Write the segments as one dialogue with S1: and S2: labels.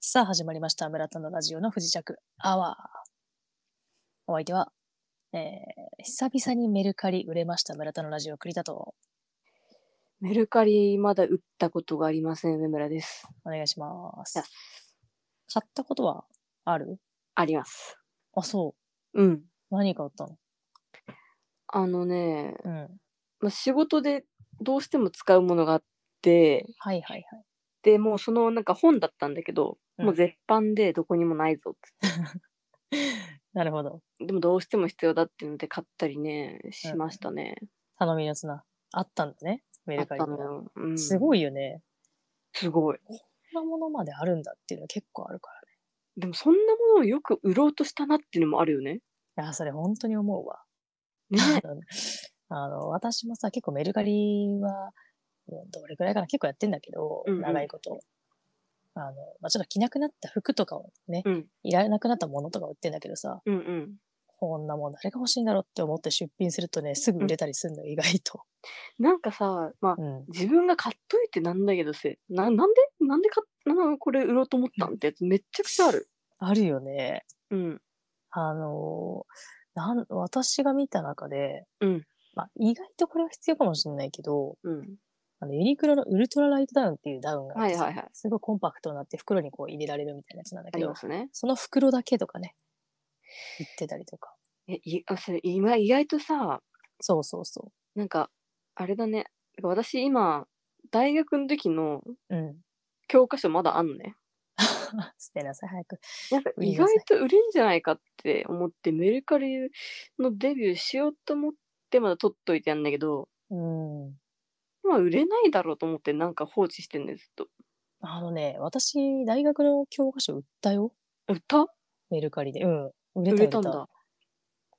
S1: さあ始まりました村田のラジオの不時着アワーお相手は、えー、久々にメルカリ売れました村田のラジオ栗田と
S2: メルカリまだ打ったことがありません、梅村です。
S1: お願いします
S2: や
S1: 買ったことはある
S2: あります。
S1: あそ
S2: うん。
S1: う何買ったの
S2: あのね、
S1: うんはい
S2: まあ、仕事でどうしても使うものがあって、
S1: はいはい
S2: で、もうそのなんか本だったんだけど、
S1: うん
S2: もう絶版でどこにもないぞっつっ
S1: なるほど
S2: てでもどうしても必要だっていうので買ったりね、しましたね。
S1: 頼みの綱あったんだねメ
S2: あ
S1: ル
S2: っ
S1: カリ
S2: たのよ。うん、
S1: す
S2: い。
S1: ごいよね
S2: すごい。
S1: こんなものまであるんだっていうの結構あるから
S2: でもそんなものをよく売ろうとしたなっていうのもあるよね。
S1: ねいやそれ本当に思うわ
S2: ね。
S1: あのあの、私もさ、結構メルカリは、うんどれくらいかな、結構やってんだけど、
S2: うんうん
S1: 長いこと。あの、まあ、ちょっと着なくなった服とかをね、
S2: うん。
S1: いらなくなったものとか売ってんだけどさ、
S2: うんうん。
S1: こんなもん誰が欲しいんだろうって思って出品するとね、すぐ売れたりするの、意外と。
S2: なんかさ、まあ、
S1: うん。
S2: 自分が買っといてなんだけどせななんでなんで買っなこれ売ろうと思ったんってやつめっちゃくちゃある。
S1: あるよね。
S2: うん
S1: あの、なん私が見た中で、
S2: うん
S1: まあ、意外とこれは必要かもしれないけど、
S2: うん
S1: あのユニクロのウルトラライトダウンっていうダウンがあっ
S2: は
S1: て
S2: い
S1: さ、
S2: はいはい
S1: すごいコンパクトになって袋にこう入れられるみたいなやつなんだ
S2: あ
S1: け
S2: り
S1: ど、
S2: ますね。
S1: その袋だけとかね、言ってたりとか。
S2: えいあそれ今意外とさ
S1: そうそうそ
S2: なんかあれだね私今大学の時の
S1: う。うん。
S2: 教科書まだあんのね。
S1: 捨てなさい、早く。
S2: なんか
S1: 売り
S2: 意
S1: なさい
S2: 外と売れんじゃないかって思ってメルカリのデビューしようと思ってまだ取っといてやんだけど
S1: うん。
S2: まあ売れないだろうと思ってなんか放置してんねずっと。
S1: あのね、私、大学の教科書売ったよ。
S2: 売った
S1: メルカリで。うん。売れた
S2: 売
S1: 売
S2: れ
S1: れた
S2: たんだ。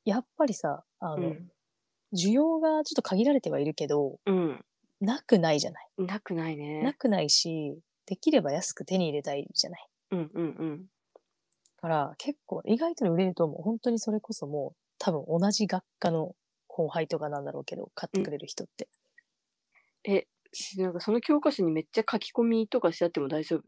S1: やっぱりさ、あの、
S2: うん
S1: 需要がちょっと限られてはいるけど、
S2: うん。
S1: なくないじゃない。
S2: なくないね。
S1: なくないし、できれば安く手に入れたいじゃない。
S2: うんうんうん。
S1: から、結構、意外と売れると思う。本当にそれこそもう、多分同じ学科の後輩とかなんだろうけど、買ってくれる人って。
S2: え、しなんかその教科書にめっちゃ書き込みとかしちゃっても大丈夫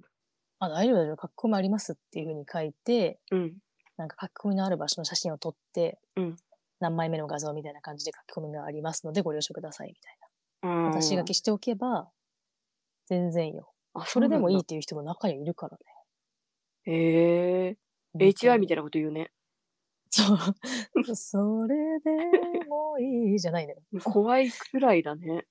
S1: あ、大丈夫大丈夫、書き込みありますっていうふうに書いて、
S2: うん。
S1: なんか書き込みのある場所の写真を撮って、
S2: うん
S1: 何枚目の画像みたいな感じで書き込みがありますのでご了承くださいみたいな。
S2: 私
S1: 私が消しておけば、全然よ。
S2: あ、
S1: それでもいいっ
S2: い。
S1: ていう人も中にはいるからね。
S2: へえ。HI み
S1: いな。
S2: たいなこと言うね。
S1: そう。 それでもいいじゃないのよ。
S2: 怖いくらいだね。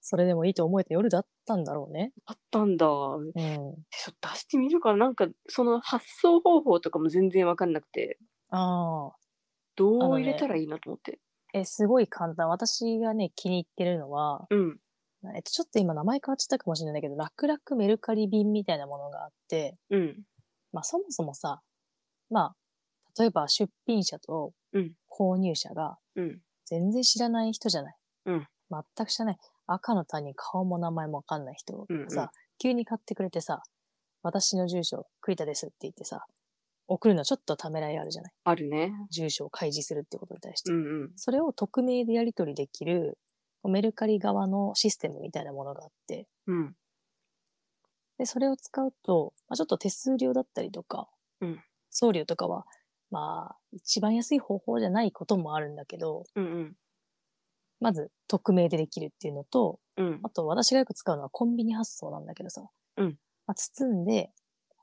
S1: それでもいいと思えて夜だったんだろうね。
S2: あったんだ。ちょ
S1: うん。
S2: っと出してみるから、なんかその発送方法とかも全然わかんなくて、
S1: ああ。
S2: ど
S1: あの
S2: う
S1: ね
S2: 入れたらいいなと思って。
S1: え、すごい簡単。私がね、気に入ってるのは、
S2: うん。
S1: えっと、ちょっと今名前変わっちゃったかもしれないけど、楽々メルカリ便みたいなものがあって、
S2: うん。
S1: まあそもそもさ、まあ、例えば出品者と
S2: うん
S1: 購入者が
S2: うん。
S1: 全然知らない人じゃない。
S2: うん
S1: 全く知らない。赤の他人、顔も名前もわかんない人が
S2: うんうん
S1: さ、急に買ってくれてさ、私の住所、栗田ですって言ってさ、送るのちょっとためらいあるじゃない。
S2: あるね。
S1: 住所を開示するってことに対して。
S2: うんうん。
S1: それを匿名でやり取りできる、メルカリ側のシステムみたいなものがあって、
S2: うん。
S1: で、それを使うと、まあ、ちょっと手数料だったりとか、
S2: うん
S1: 送料とかは、まあ、一番安い方法じゃないこともあるんだけど、
S2: うんうん。
S1: まず、匿名でできるっていうのと、
S2: うん
S1: あ。と、私がよく使うのはコンビニ発送なんだけどさ、
S2: うん
S1: まあ、包んで、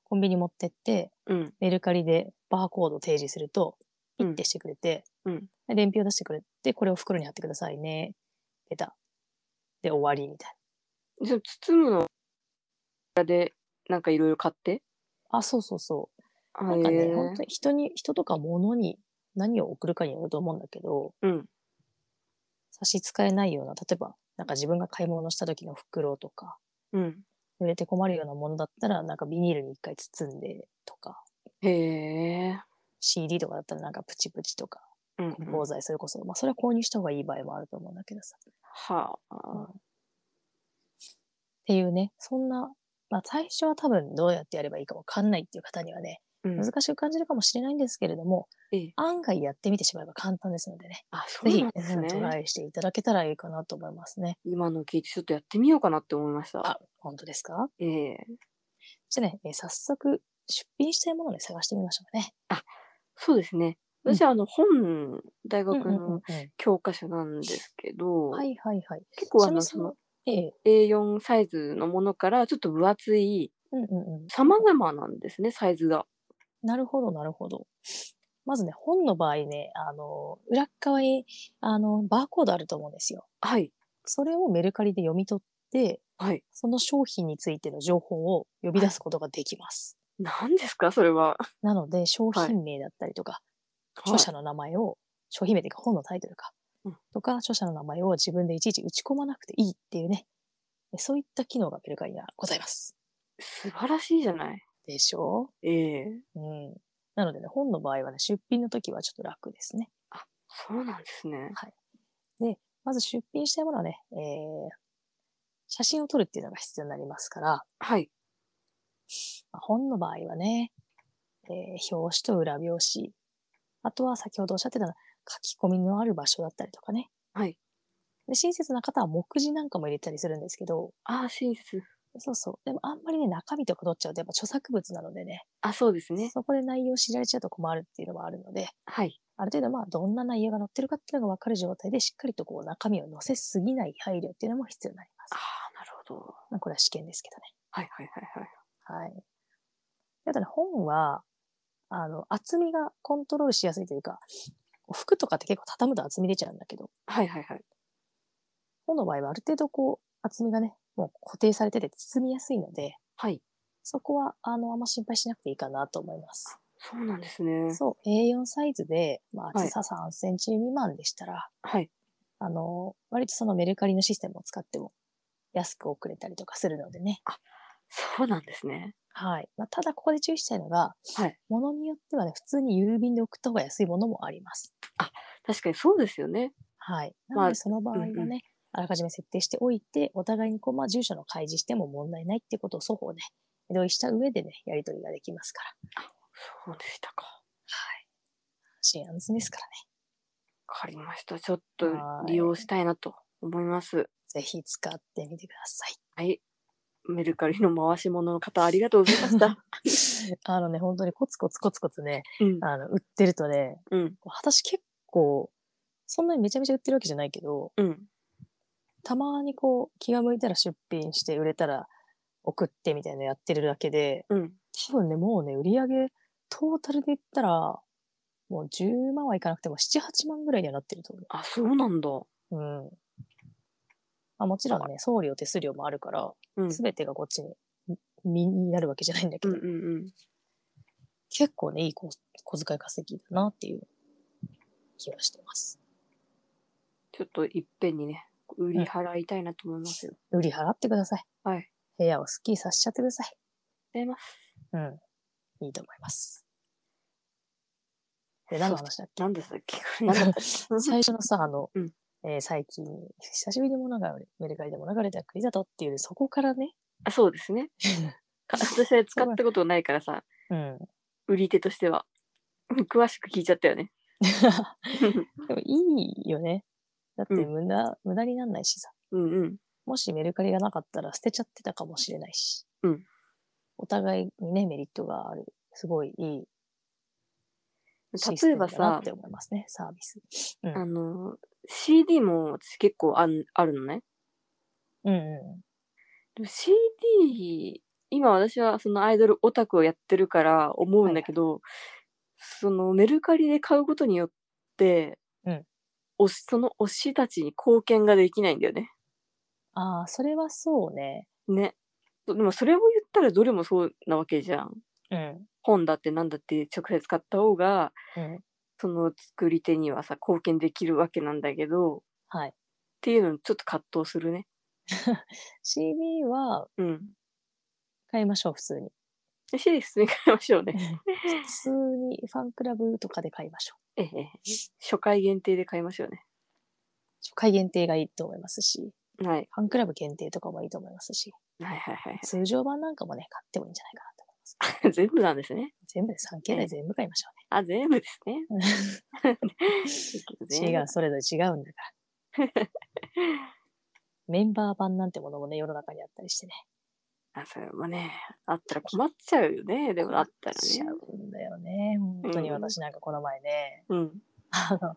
S1: コンビニ持ってって、
S2: うん。
S1: メルカリでバーコードを提示すると、ピッてしてくれて、
S2: うん
S1: で伝票出してくれて、これを袋に貼ってくださいね。出た。で、終わりみたい
S2: じゃあ包むので、なんかいろいろ買って。
S1: な。あ、そうそうそう。
S2: あ
S1: なんか
S2: へ
S1: ね、
S2: え
S1: 本当に人に、人とか物に何を送るかによると思うんだけど、
S2: うん。
S1: 差し支えないような、例えば、なんか自分が買い物した時の袋とか、
S2: うん。
S1: 濡れて困るようなものだったら、なんかビニールに一回包んでとか、
S2: へえ。
S1: CD とかだったらなんかプチプチとか、
S2: うん
S1: 梱包材それこそ、まあそれは購入した方がいい場合もあると思うんだけどさ。
S2: は
S1: うんっ
S2: あ。
S1: ていうね、そんな、まあ最初は多分どうやってやればいいかわかんないっていう方にはね、
S2: うん
S1: 難しく感じるかもしれないんですけれども、
S2: ええ
S1: 案外やってみてしまえば簡単ですのでね。
S2: あ、そ
S1: ぜ
S2: う
S1: ひ、
S2: なんです
S1: うんトラ
S2: ね。
S1: イしていただけたらいいかなと思いますね。
S2: 今の聞いてちょっとやってみようかなって思いました。
S1: 本当ですか
S2: ええ
S1: じゃあね、えー早速、出品したいものをね、探してみましょうかね。
S2: そうですね。
S1: うん
S2: 私はあの本、大学
S1: うんうんうんう
S2: の
S1: ん
S2: 教科書なんですけど、
S1: はいはいはい。
S2: 結構あの、
S1: ち
S2: そ
S1: なみに
S2: の
S1: ええ
S2: A4 サイズのものからちょっと分厚い、
S1: うんうんうん。
S2: 様々なんですね、サイズが。
S1: なるほど、なるほど。まずね、本の場合ね、あの、裏っ側に、あの、バーコードあると思うんですよ。
S2: はい。
S1: それをメルカリで読み取って、
S2: はい。
S1: その商品についての情報を呼び出すことができます。
S2: 何ですか、それは。
S1: なので、商品名だったりとか、著者の名前を、商品名というか本のタイトルか
S2: うん、
S1: とか、著者の名前を自分でいちいち打ち込まなくていいっていうね、そういった機能がメルカリにはございます。
S2: 素晴らしいじゃない。
S1: でしょ
S2: ええ
S1: ううん。なのでね、本の場合はね、出品の時はちょっと楽ですね。
S2: そうなんですね。
S1: まず出品したいものはね、えー写真を撮るっていうのが必要になりますから、
S2: はい。
S1: まあ本の場合はね、えー表紙と裏表紙、あとは先ほどおっしゃってたような書き込みのある場所だったりとかね。
S2: はい。
S1: で親切な方は目次なんかも入れたりするんですけど、
S2: ああ、親切。
S1: そうそう。でもあんまりね、中身とか取っちゃうとやっぱ著作物なのでね、
S2: あ、そうですね。
S1: そこで内容知られちゃうと困るっていうのもあるので、
S2: はい。
S1: ある程度まあどんな内容が載ってるかっていうのが分かる状態でしっかりとこう中身を載せすぎない配慮っていうのも必要になりま
S2: あ
S1: す。
S2: あ、なるほど。
S1: まあこれは試験ですけどね。
S2: はいはいはいはい。
S1: はい。だから本は、あの、厚みがコントロールしやすいというか、服とかって結構畳むと厚み出ちゃうんだけど、
S2: はいはいはい。
S1: 本の場合はある程度こう、厚みがね、もう固定されてて包みやすいので、
S2: はい。
S1: そこは、あの、あんま心配しなくていいかなと思います。
S2: そうなんですね。
S1: そう、A4 サイズで、まあ、
S2: はい
S1: 厚さ3センチ未満でしたら、
S2: はい。
S1: あの、割とそのメルカリのシステムを使っても安く送れたりとかするのでね。
S2: そうなんですね。
S1: はい。まあ、ただ、ここで注意したいのが、
S2: はい。
S1: ものによってはね、普通に郵便で送った方が安いものもあります。
S2: 確かにそうですよね。
S1: はい。
S2: ま
S1: な
S2: あ
S1: ので、その場合はね、
S2: うんう
S1: あらかじめ設定しておいて、お互いにこう、まあ、住所の開示しても問題ないってことを双方ね、同意した上でね、やり取りができますから。
S2: そうでしたか。
S1: 安心安全ですからね。
S2: わかりました。ちょっと
S1: はーい
S2: 利用したいなと思います。
S1: ぜひ使ってみてください。
S2: はい。メルカリの回し物の方、ありがとうございました。
S1: あのね、本当にコツコツコツコツね、
S2: うん。
S1: あの、売ってるとね、
S2: うん。
S1: 私結構、そんなにめちゃめちゃ売ってるわけじゃないけど、
S2: うん。
S1: たまにこう、気が向いたら出品して、売れたら送ってみたいなのやってるだけで、
S2: うん。
S1: 多分ね、もうね、売り上げ、トータルで言ったら、もう10万はいかなくても7、8万ぐらいにはなってると思
S2: あ、そうなんだ。
S1: う。うん。まあ、もちろんね、送料、手数料もあるから、
S2: うん。
S1: すべてがこっちに、身になるわけじゃないんだけ
S2: うん
S1: ど、
S2: うんうん。
S1: 結構ね、いい小小遣い稼ぎだなっていう気がしてます。
S2: ちょっといっぺんにね、売り払いたいなと思いますよ。
S1: 売り払ってください。
S2: はい。
S1: 部屋をスッキリさせちゃってください。
S2: ありがとうございます。
S1: うん。いいと思います。で、何の話だっけ
S2: 何でしたっけ何だったっけ
S1: 最初のさ、あの、
S2: うん
S1: えー最近、久しぶりに物が売れ、メルカリで物が売れた国だとっていう、そこからね、
S2: あそうですね。か私は使ったことないからさ、
S1: うん。
S2: 売り手としては。 詳しく聞いちゃったよね。
S1: でもいいよね。だって
S2: うん
S1: 無駄、無駄になんないしさ。
S2: うんうん。
S1: もしメルカリがなかったら捨てちゃってたかもしれないし。
S2: うん
S1: お互いにね、メリットがある。すごいいいシステ
S2: 例えば
S1: ムだな
S2: さ
S1: っ、て思いますね、サービス。うん。
S2: あの、CD も私結構あんあるのね。
S1: うんう
S2: でも CD、今私はそのアイドルオタクをやってるから思うんだけど、そのメルカリで買うことによって、
S1: うん
S2: 推しその推したちに貢献ができないんだよね。
S1: ん。ああ、それはそうね。
S2: ね。でもそれを言ったらどれもそうなわけじゃん。
S1: うん。
S2: 本だってなんだって直接買った方が、
S1: うん。
S2: その作り手にはさ、貢献できるわけなんだけど、っ
S1: はい。
S2: ていうのにちょっと葛藤するね。
S1: CD は
S2: うん。
S1: 買いましょう、普通 に。
S2: シリーズに変えましょうね。
S1: 普通にファンクラブとかで買いましょう。
S2: ええ、初回限定で買いましょうね。
S1: 初回限定がいいと思いますし、
S2: はい。
S1: ファンクラブ限定とかもいいと思いますし、
S2: はいはいはい
S1: 通常版なんかもね、買ってもいいんじゃないかなと思います。
S2: はい。 全部なんですね。
S1: 全部で3件で全部買いましょ
S2: あ、全部ですね。
S1: うね。違う、それぞれ違うんだから。メンバー版なんてものもね、世の中にあったりしてね。
S2: あそれもね、あったら困っちゃうよね。でもあったら
S1: 困っちゃ
S2: ね。
S1: うんだよね。本当に
S2: うん
S1: 私なんかこの前ね、
S2: うん。
S1: あの、ま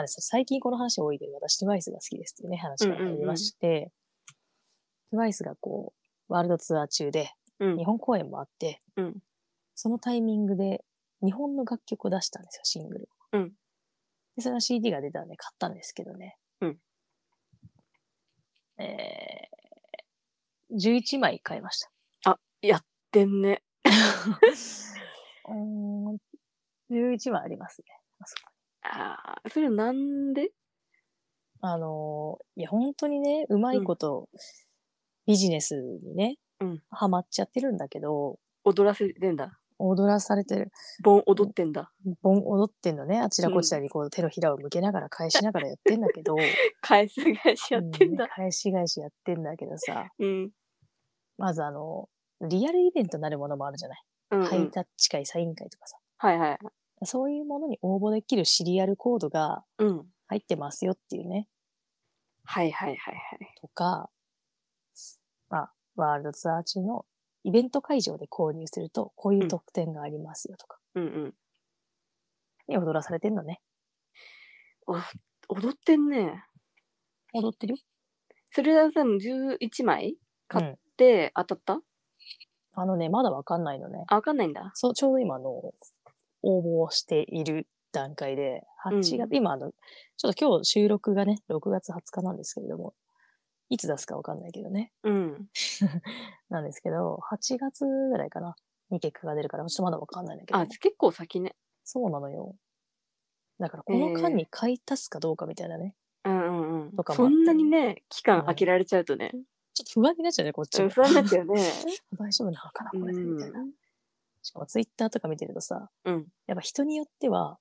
S1: あね、そう最近この話多いけど、私 TWICE が好きですっていうね、話がありまして、TWICE がこう、ワールドツアー中で、
S2: うん
S1: 日。本公演もあって、
S2: うん
S1: そのタイミングで日本の楽曲を出したんですよ、シングルを。
S2: うん
S1: で、それの CD が出たんで買ったんですけどね。
S2: うん
S1: えー、11枚買いました。
S2: でんね。
S1: うーん、11枚ありますね。あそこ
S2: ああ、それなんで
S1: あのーいや、本当にね、うまいこと、ビジネスにね、
S2: うん
S1: ハマっちゃってるんだけど、
S2: 踊らせてんだ。
S1: 踊らされてる。
S2: 盆踊ってんだ。
S1: 盆踊ってんのね、あちらこちらにこう手のひらを向けながら返しながらやってんだけ ど、
S2: 返す返しやってん
S1: う
S2: だ。
S1: 返し返しやってんだけどさ、
S2: うん。
S1: まずあの、リアルイベントなるものもあるじゃない。
S2: うんうん
S1: ハイタッチ会、サイン会とかさ。
S2: はいはい。
S1: そういうものに応募できるシリアルコードが
S2: うん。
S1: 入ってますよっていうね、
S2: はいはいはいはい。
S1: とか、まあ、ワールドツアー中のイベント会場で購入すると、こういう特典がありますよとか、
S2: うんうん。
S1: に踊らされてんのね。
S2: 踊ってんね。
S1: 踊ってるよ。
S2: それはさ、11枚買
S1: うん
S2: で、当たった
S1: あのね、まだわかんないのね。
S2: あ、わかんないんだ。
S1: そう、ちょうど今あの応募をしている段階で、8月、
S2: うん
S1: 今あの、ちょっと今日収録がね、6月20日なんですけれども、いつ出すかわかんないけどね。
S2: うん。
S1: なんですけど、8月ぐらいかな、に結果が出るから、ちょっとまだわかんないんだけどね、
S2: あ、結構先ね。
S1: そうなのよ。だから、この間
S2: えー
S1: に買い足すかどうかみたいなね、
S2: うんうんうん
S1: とかもあっ
S2: そ
S1: て
S2: んなにね、期
S1: うん
S2: 間空けられちゃうとね、
S1: ちょっと不安になっちゃうね、こっち
S2: う
S1: も
S2: ん、。不安になっちゃうね。
S1: 大丈夫なのかな、こ
S2: う
S1: れで、み
S2: ん
S1: たいな。しかも、ツイッターとか見てるとさ、
S2: うん。
S1: やっぱ人によっては、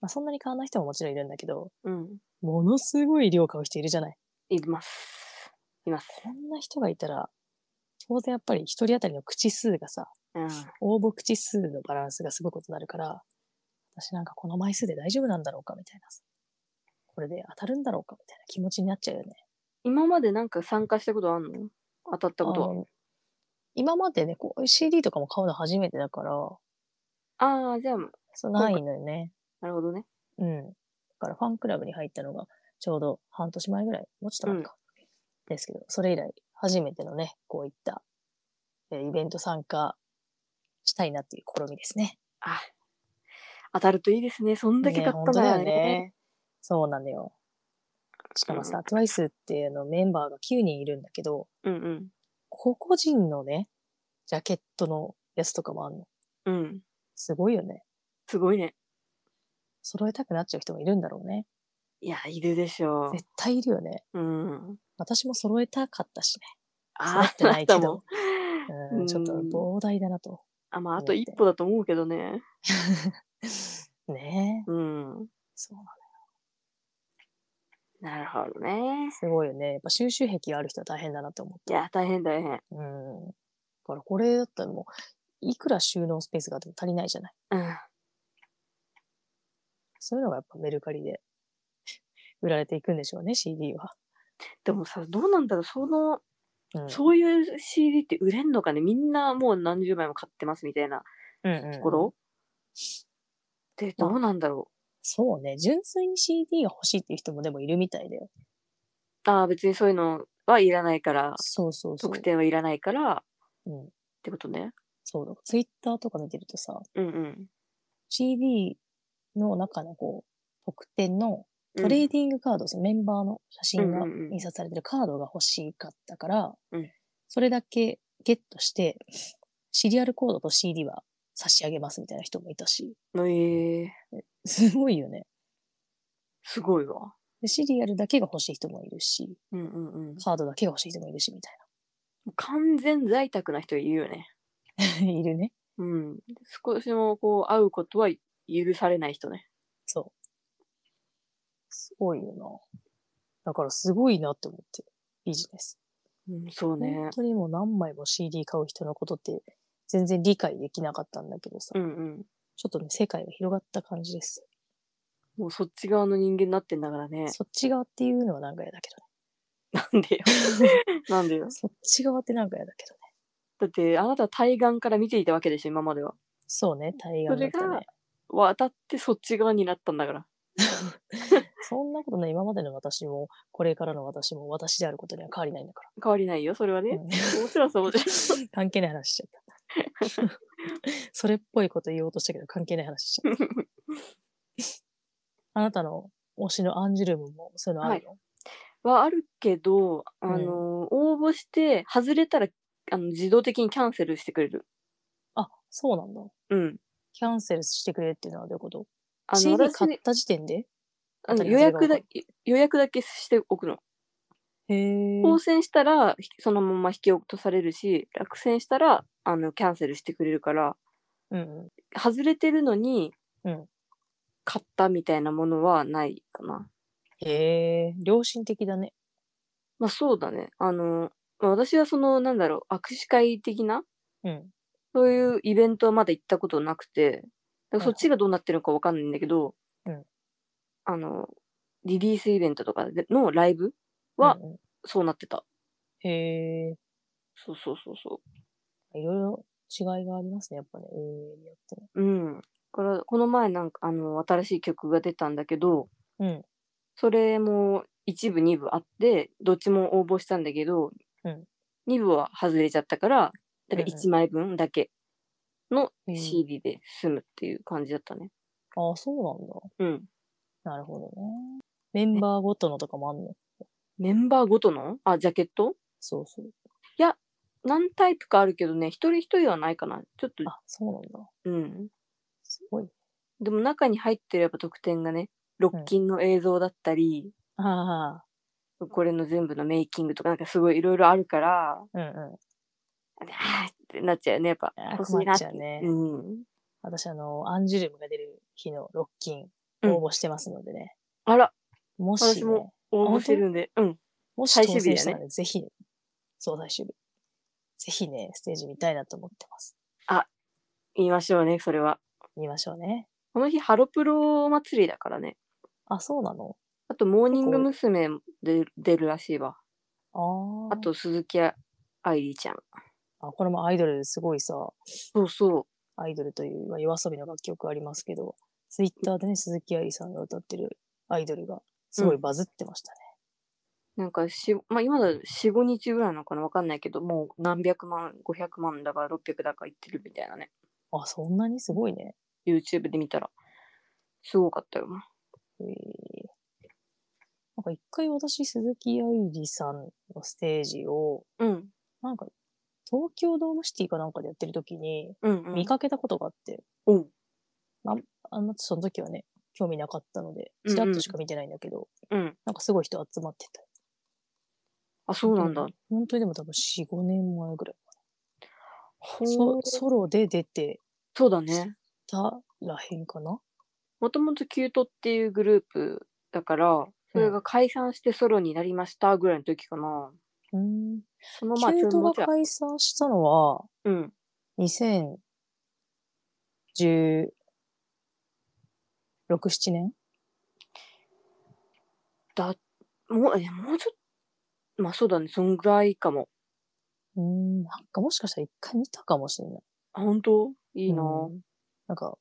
S1: まあ、そんなに買わない人ももちろんいるんだけど、
S2: うん。
S1: ものすごい量買う人いるじゃない。
S2: います。います。
S1: こんな人がいたら、当然やっぱり一人当たりの口数がさ、
S2: うん。
S1: 応募口数のバランスがすごいことになるから、私なんかこの枚数で大丈夫なんだろうかみたいなさ。これで当たるんだろうかみたいな気持ちになっちゃうよね。
S2: 今までなんか参加したことあんの当たったことは。
S1: あの今までね、こういう CD とかも買うの初めてだから、
S2: ああー、じゃあ、
S1: そうないのよね。
S2: なるほどね。
S1: うん。だからファンクラブに入ったのがちょうど半年前ぐらい、もうちょっと前か。ですけど、それ以来初めてのね、こういった、えーイベント参加したいなっていう試みですね。
S2: あ当たるといいですね。そんだけ買っ
S1: ね
S2: た
S1: 本当
S2: な
S1: だ
S2: ら
S1: よ
S2: ね。
S1: ね。そうなのよ。しかもさ、TWICE っていうのメンバーが9人いるんだけど、
S2: うんうん。
S1: 個々人のね、ジャケットのやつとかもあるの。
S2: うん。
S1: すごいよね。
S2: すごいね。
S1: 揃えたくなっちゃう人もいるんだろうね。
S2: いや、いるでしょ
S1: 絶対いるよね。
S2: う。うん。
S1: 私も揃えたかったしね。揃
S2: あ
S1: って
S2: あ、
S1: な
S2: あ
S1: いけ
S2: った
S1: ど
S2: も。
S1: うん、ちょっと
S2: うん
S1: 膨大だなと。
S2: あ、まあ、あと一歩だと思うけどね。
S1: ねえ。
S2: うん。
S1: そうなの
S2: なるほどね。
S1: すごいよね。やっぱ収集癖がある人は大変だなって思っ
S2: い
S1: た。
S2: や、大変大
S1: う
S2: 変。
S1: ん。だからこれだったらもう、いくら収納スペースがあっても足りないじゃない
S2: うん。
S1: そういうのがやっぱメルカリで 売られていくんでしょうね、CD は。
S2: でもさ、どうなんだろう。その、
S1: うん
S2: そういう CD って売れんのかねみんなもう何十枚も買ってますみたいな
S1: うんうんうん
S2: ところ、で、どうなんだろ
S1: そうね、純粋に CD が欲しいっていう人もでもいるみたいだよ。
S2: う。ああ、別にそういうのはいらないから、
S1: そうそうそう。
S2: 特典はいらないから、っ
S1: うん、
S2: てことね。
S1: そうだ。ツイッターとか見てるとさ、
S2: うんうん。
S1: CD の中のこう、特典のトレーディングカード、そのメンバーの写真が
S2: うんうんうん
S1: 印刷されてるカードが欲しかったから、
S2: うん
S1: それだけゲットして、シリアルコードと CD は差し上げますみたいな人もいたし、
S2: うんええ
S1: すごいよね。
S2: すごいわ。
S1: でシリアルだけが欲しい人もいるし、
S2: うんうんうん。
S1: カードだけが欲しい人もいるし、みたい
S2: 完全在宅な人いるよね。
S1: な。 いるね。
S2: うん。少しもこう、会うことは許されない人ね。
S1: そう。すごいよな。だからすごいなって思って、ビジネス。
S2: うん、そうね
S1: 本。当にもう何枚も CD 買う人のことって全然理解できなかったんだけどさ、
S2: うんうん。
S1: ちょっとね、世界が広がった感じです。
S2: もうそっち側の人間になってんだからね。
S1: そっち側って いうのはなんか嫌だけど
S2: なんでよ。なんでよ
S1: ね。。そっち側ってなんか嫌だけどね。
S2: だってあなたは対岸から見ていたわけでしょ今までは
S1: そうね、対岸だった
S2: それ
S1: ね
S2: が。渡ってそっち側になったんだから
S1: そんなことね、今までの私も、これからの私も、私であることには変わりないんだか
S2: 変わりないよそれは
S1: ら。う
S2: ね
S1: ん
S2: 面白そうじゃん
S1: 関係ない話しちゃった。 それっぽいこと言おうとしたけど、関係ない話しちゃ った。あなたの推しのアンジュルムも、そういうのあるの、
S2: はあるけどあの、応募して外れたらあの自動的にキャンセルしてくれる
S1: あ、そうなんだ。
S2: うん
S1: キャンセルしてくれっていうのはどういうこと
S2: あの
S1: ?CD
S2: 私
S1: 買った時点で
S2: あ
S1: 当た
S2: の
S1: り
S2: 予
S1: 外れが分か
S2: 約だ
S1: る
S2: 予約だけしておくの
S1: へえ。
S2: 当選したらひそのまま引き落とされるし落選したらあのキャンセルしてくれるから
S1: うんうん。
S2: 外れてるのに、
S1: うん
S2: 買ったみたいなものはないかな。
S1: へえ。良心的だね。
S2: まあそうだね。あの、まあ私はその、なんだろう、握手会的な、
S1: うん。
S2: そういうイベントはまだ行ったことなくて、だから
S1: はい
S2: そっちがどうなってるのかわかんないんだけど、
S1: うん
S2: あの、リリースイベントとかでのライブは
S1: うんうん
S2: そうなってた。
S1: へえ。
S2: そうそうそうそ
S1: いろいろ違いがありますね、やっぱね。運営によってね。
S2: う。うん。だから、この前なんか、あの、新しい曲が出たんだけど、
S1: うん。
S2: それも一部二部あってどっちも応募したんだけど、
S1: うん
S2: 二部は外れちゃったからだから
S1: うんうん
S2: 1枚分だけの
S1: へえ
S2: CD で済むっていう感じだったね。
S1: ああ、そうなんだ。
S2: うん。
S1: なるほどね。メンバーごとのとかもあんの
S2: メンバーごとのあジャケット
S1: そうそう。
S2: 何タイプかあるけどね一人一人はないかなちょっと
S1: あ、そうなんだ。
S2: うん。
S1: すごい。
S2: でも中に入ってるやっぱ特典がねロッキンの映像だったり、
S1: ああ、
S2: これの全部のメイキングとかなんかすごいいろいろあるから
S1: うんうん。
S2: あーってなっちゃうよねやっぱ
S1: あー
S2: 欲しいな
S1: 困っ
S2: って。
S1: ちゃうね
S2: うん
S1: 私、あの、アンジュルムが出る日のロッキン、
S2: うん
S1: 応募してますのでね。
S2: あら
S1: もし、
S2: 私
S1: ね、
S2: も応募してるんで、うん。
S1: もし
S2: 最
S1: 当
S2: 終日
S1: 選
S2: だよね
S1: したら、ね、ぜひ、そう、最終日。ぜひね、ステージ見たいなと思ってます。
S2: 言いましょうね、それは。
S1: 見ましょうね。
S2: この日、ハロプロ祭りだからね。
S1: あ、そうなの
S2: あと、モーニング娘。で出るらしいわ。
S1: ああ。
S2: あ、と、鈴木愛理ちゃん。
S1: あ、これもアイドルですごいさ、
S2: そうそ
S1: アイドルという、まあ、夜遊びの楽曲ありますけど、ツイッターでね、鈴木愛理さんが歌ってるアイドルが、すごいバズってましたね。
S2: う。なんかし、まあ、今だと4、5日ぐらいなのかなわかんないけど、もう何百万、500万だから600だから言ってるみたいなね。
S1: あ、そんなにすごいね。
S2: YouTube で見たら。すごかったよ。
S1: えーなんか一回私、鈴木愛理さんのステージを、
S2: うん。
S1: なんか、東京ドームシティかなんかでやってる時に、
S2: うん、うん。
S1: 見かけたことがあって、
S2: おう。
S1: あんな、その時はね、興味なかったので、
S2: うんうん
S1: ちらっとしか見てないんだけど、
S2: うん。
S1: なんかすごい人集まってた。
S2: あ、そうなんだ。。
S1: 本当にでも多分4、5年前ぐらい。
S2: ほう
S1: そソロで出て
S2: そうだね。
S1: たらへんかな
S2: もともとキュートっていうグループだから、それが解散してソロになりましたぐらいの時かな。
S1: うん。
S2: その
S1: キ
S2: まあ、
S1: ュ
S2: ちょ
S1: ー
S2: うど
S1: ト
S2: も
S1: が
S2: うちょい
S1: 解散したのは、
S2: うん。
S1: 2016、7年
S2: だ、もう、え、もうちょっと、まあそうだね、そんぐらいかも。
S1: うん、なんかもしかしたら一回見たかもしれない。
S2: あ、本当いいな、
S1: うんなんか、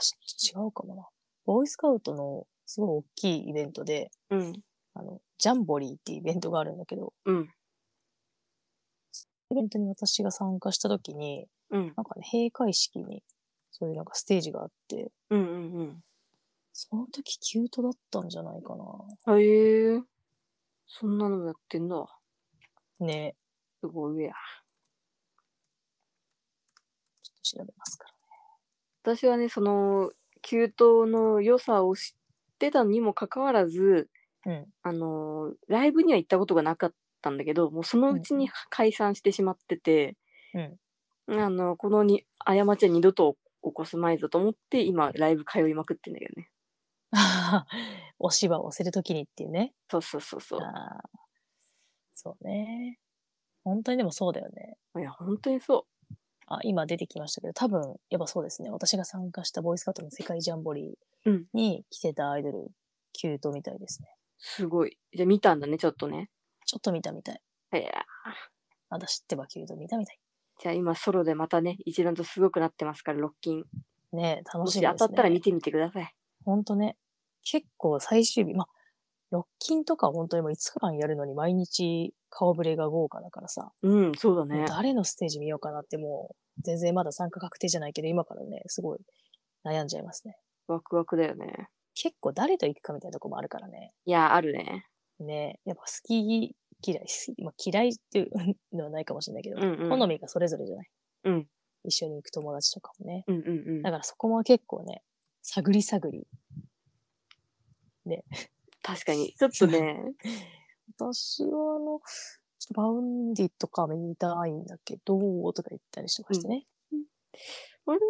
S1: ちょっと違うかもな。ボーイスカウトのすごい大きいイベントで、
S2: うん、
S1: あの、ジャンボリーっていうイベントがあるんだけど、
S2: うん。
S1: イベントに私が参加した時に、
S2: うん。
S1: なんかね、閉会式に、そういうなんかステージがあって、
S2: うん。うん。
S1: その時キュートだったんじゃないか
S2: うん。へえそんなのもやってんだ。
S1: な。ね
S2: すごいや。
S1: ちょっと調べますから。
S2: 私はね、その、給湯の良さを知ってたにもかかわらず、
S1: うん
S2: あの、ライブには行ったことがなかったんだけど、もうそのうち
S1: うんうん
S2: に解散してしまってて、
S1: うん
S2: あの、このに過ちは二度と起こすまいぞと思って、今、ライブ通いまくってんだけどね。
S1: お芝をせるときにっていうね。
S2: そうそうそうそ
S1: あーそうね。本当にでもそうだよね。
S2: う。いや、本当にそ
S1: あ、今出てきましたけど、多分、やっぱそうですね。私が参加したボーイスカウトの世界ジャンボリ
S2: う
S1: ー
S2: ん
S1: に来てたアイドル、キュートみたいですね。
S2: う。すごい。じゃあ見たんだね、ちょっとね。
S1: ちょっと見たみたい。
S2: いや、
S1: 私知ってばキュート見たみたい。
S2: じゃあ今ソロでまたね、一段とすごくなってますから、ロッキン。
S1: ね
S2: も
S1: 楽し
S2: し
S1: みです、ね。
S2: 当たったら見てみてください。
S1: ほんとね、結構最終日、まあ、ロッキンとか本当にもう5日間やるのに毎日顔ぶれが豪華だからさ、
S2: うん、そうだね。
S1: 誰のステージ見ようかなってもう、全然まだ参加確定じゃないけど、今からね、すごい悩んじゃいますね。
S2: ワクワクだよね。
S1: 結構誰と行くかみたいなとこもあるからね。
S2: いや、あるね。
S1: ねやっぱ好き嫌い、好きまあ、嫌いっていうのはないかもしれないけど、
S2: うんうん。
S1: 好みがそれぞれじゃない。
S2: うん。
S1: 一緒に行く友達とかもね。
S2: うんうんう
S1: だ
S2: ん。
S1: からそこも結構ね、探り探り。
S2: 確かに。ちょっとね、
S1: 私はあの、ちょっとバウンディとか見たいんだけど、とか言ったりしてましたね。
S2: あれで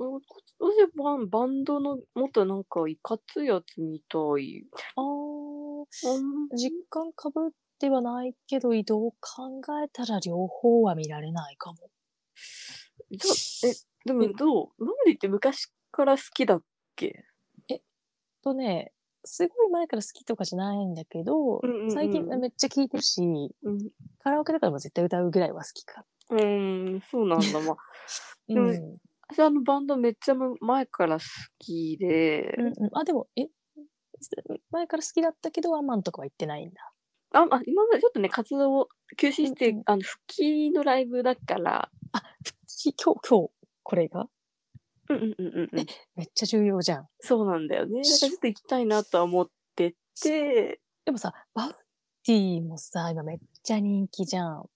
S2: も、私バンバンドのもっとなんかいかついやつみたい。
S1: ああ、実感かぶってはないけど、移動を考えたら両方は見られないかも。
S2: じゃえ、でもどうなんでって昔から好きだっけ
S1: とね、すごい前から好きとかじゃないんだけど、
S2: うんうんうん
S1: 最近めっちゃ聴いてるし、
S2: うん。
S1: カラオケだからも絶対歌うぐらいは好きか。
S2: うーん、そうなんだ。まあ、
S1: う
S2: でも
S1: ん。
S2: 私あのバンドめっちゃ前から好きで、
S1: うんうん、あ、でも、え前から好きだったけど、アマンとかは行ってないんだ。
S2: あ、あ今までちょっとね、活動を休止して、
S1: うんうん
S2: あの、復帰のライブだから、
S1: き今日、今日、これが
S2: うんうんうんうんうん。
S1: めっちゃ重要じゃん。
S2: そうなんだよね。だからちょっと行きたいなとは思ってて、
S1: でもさ、バウンティもさ、今めっちゃ人気じゃん。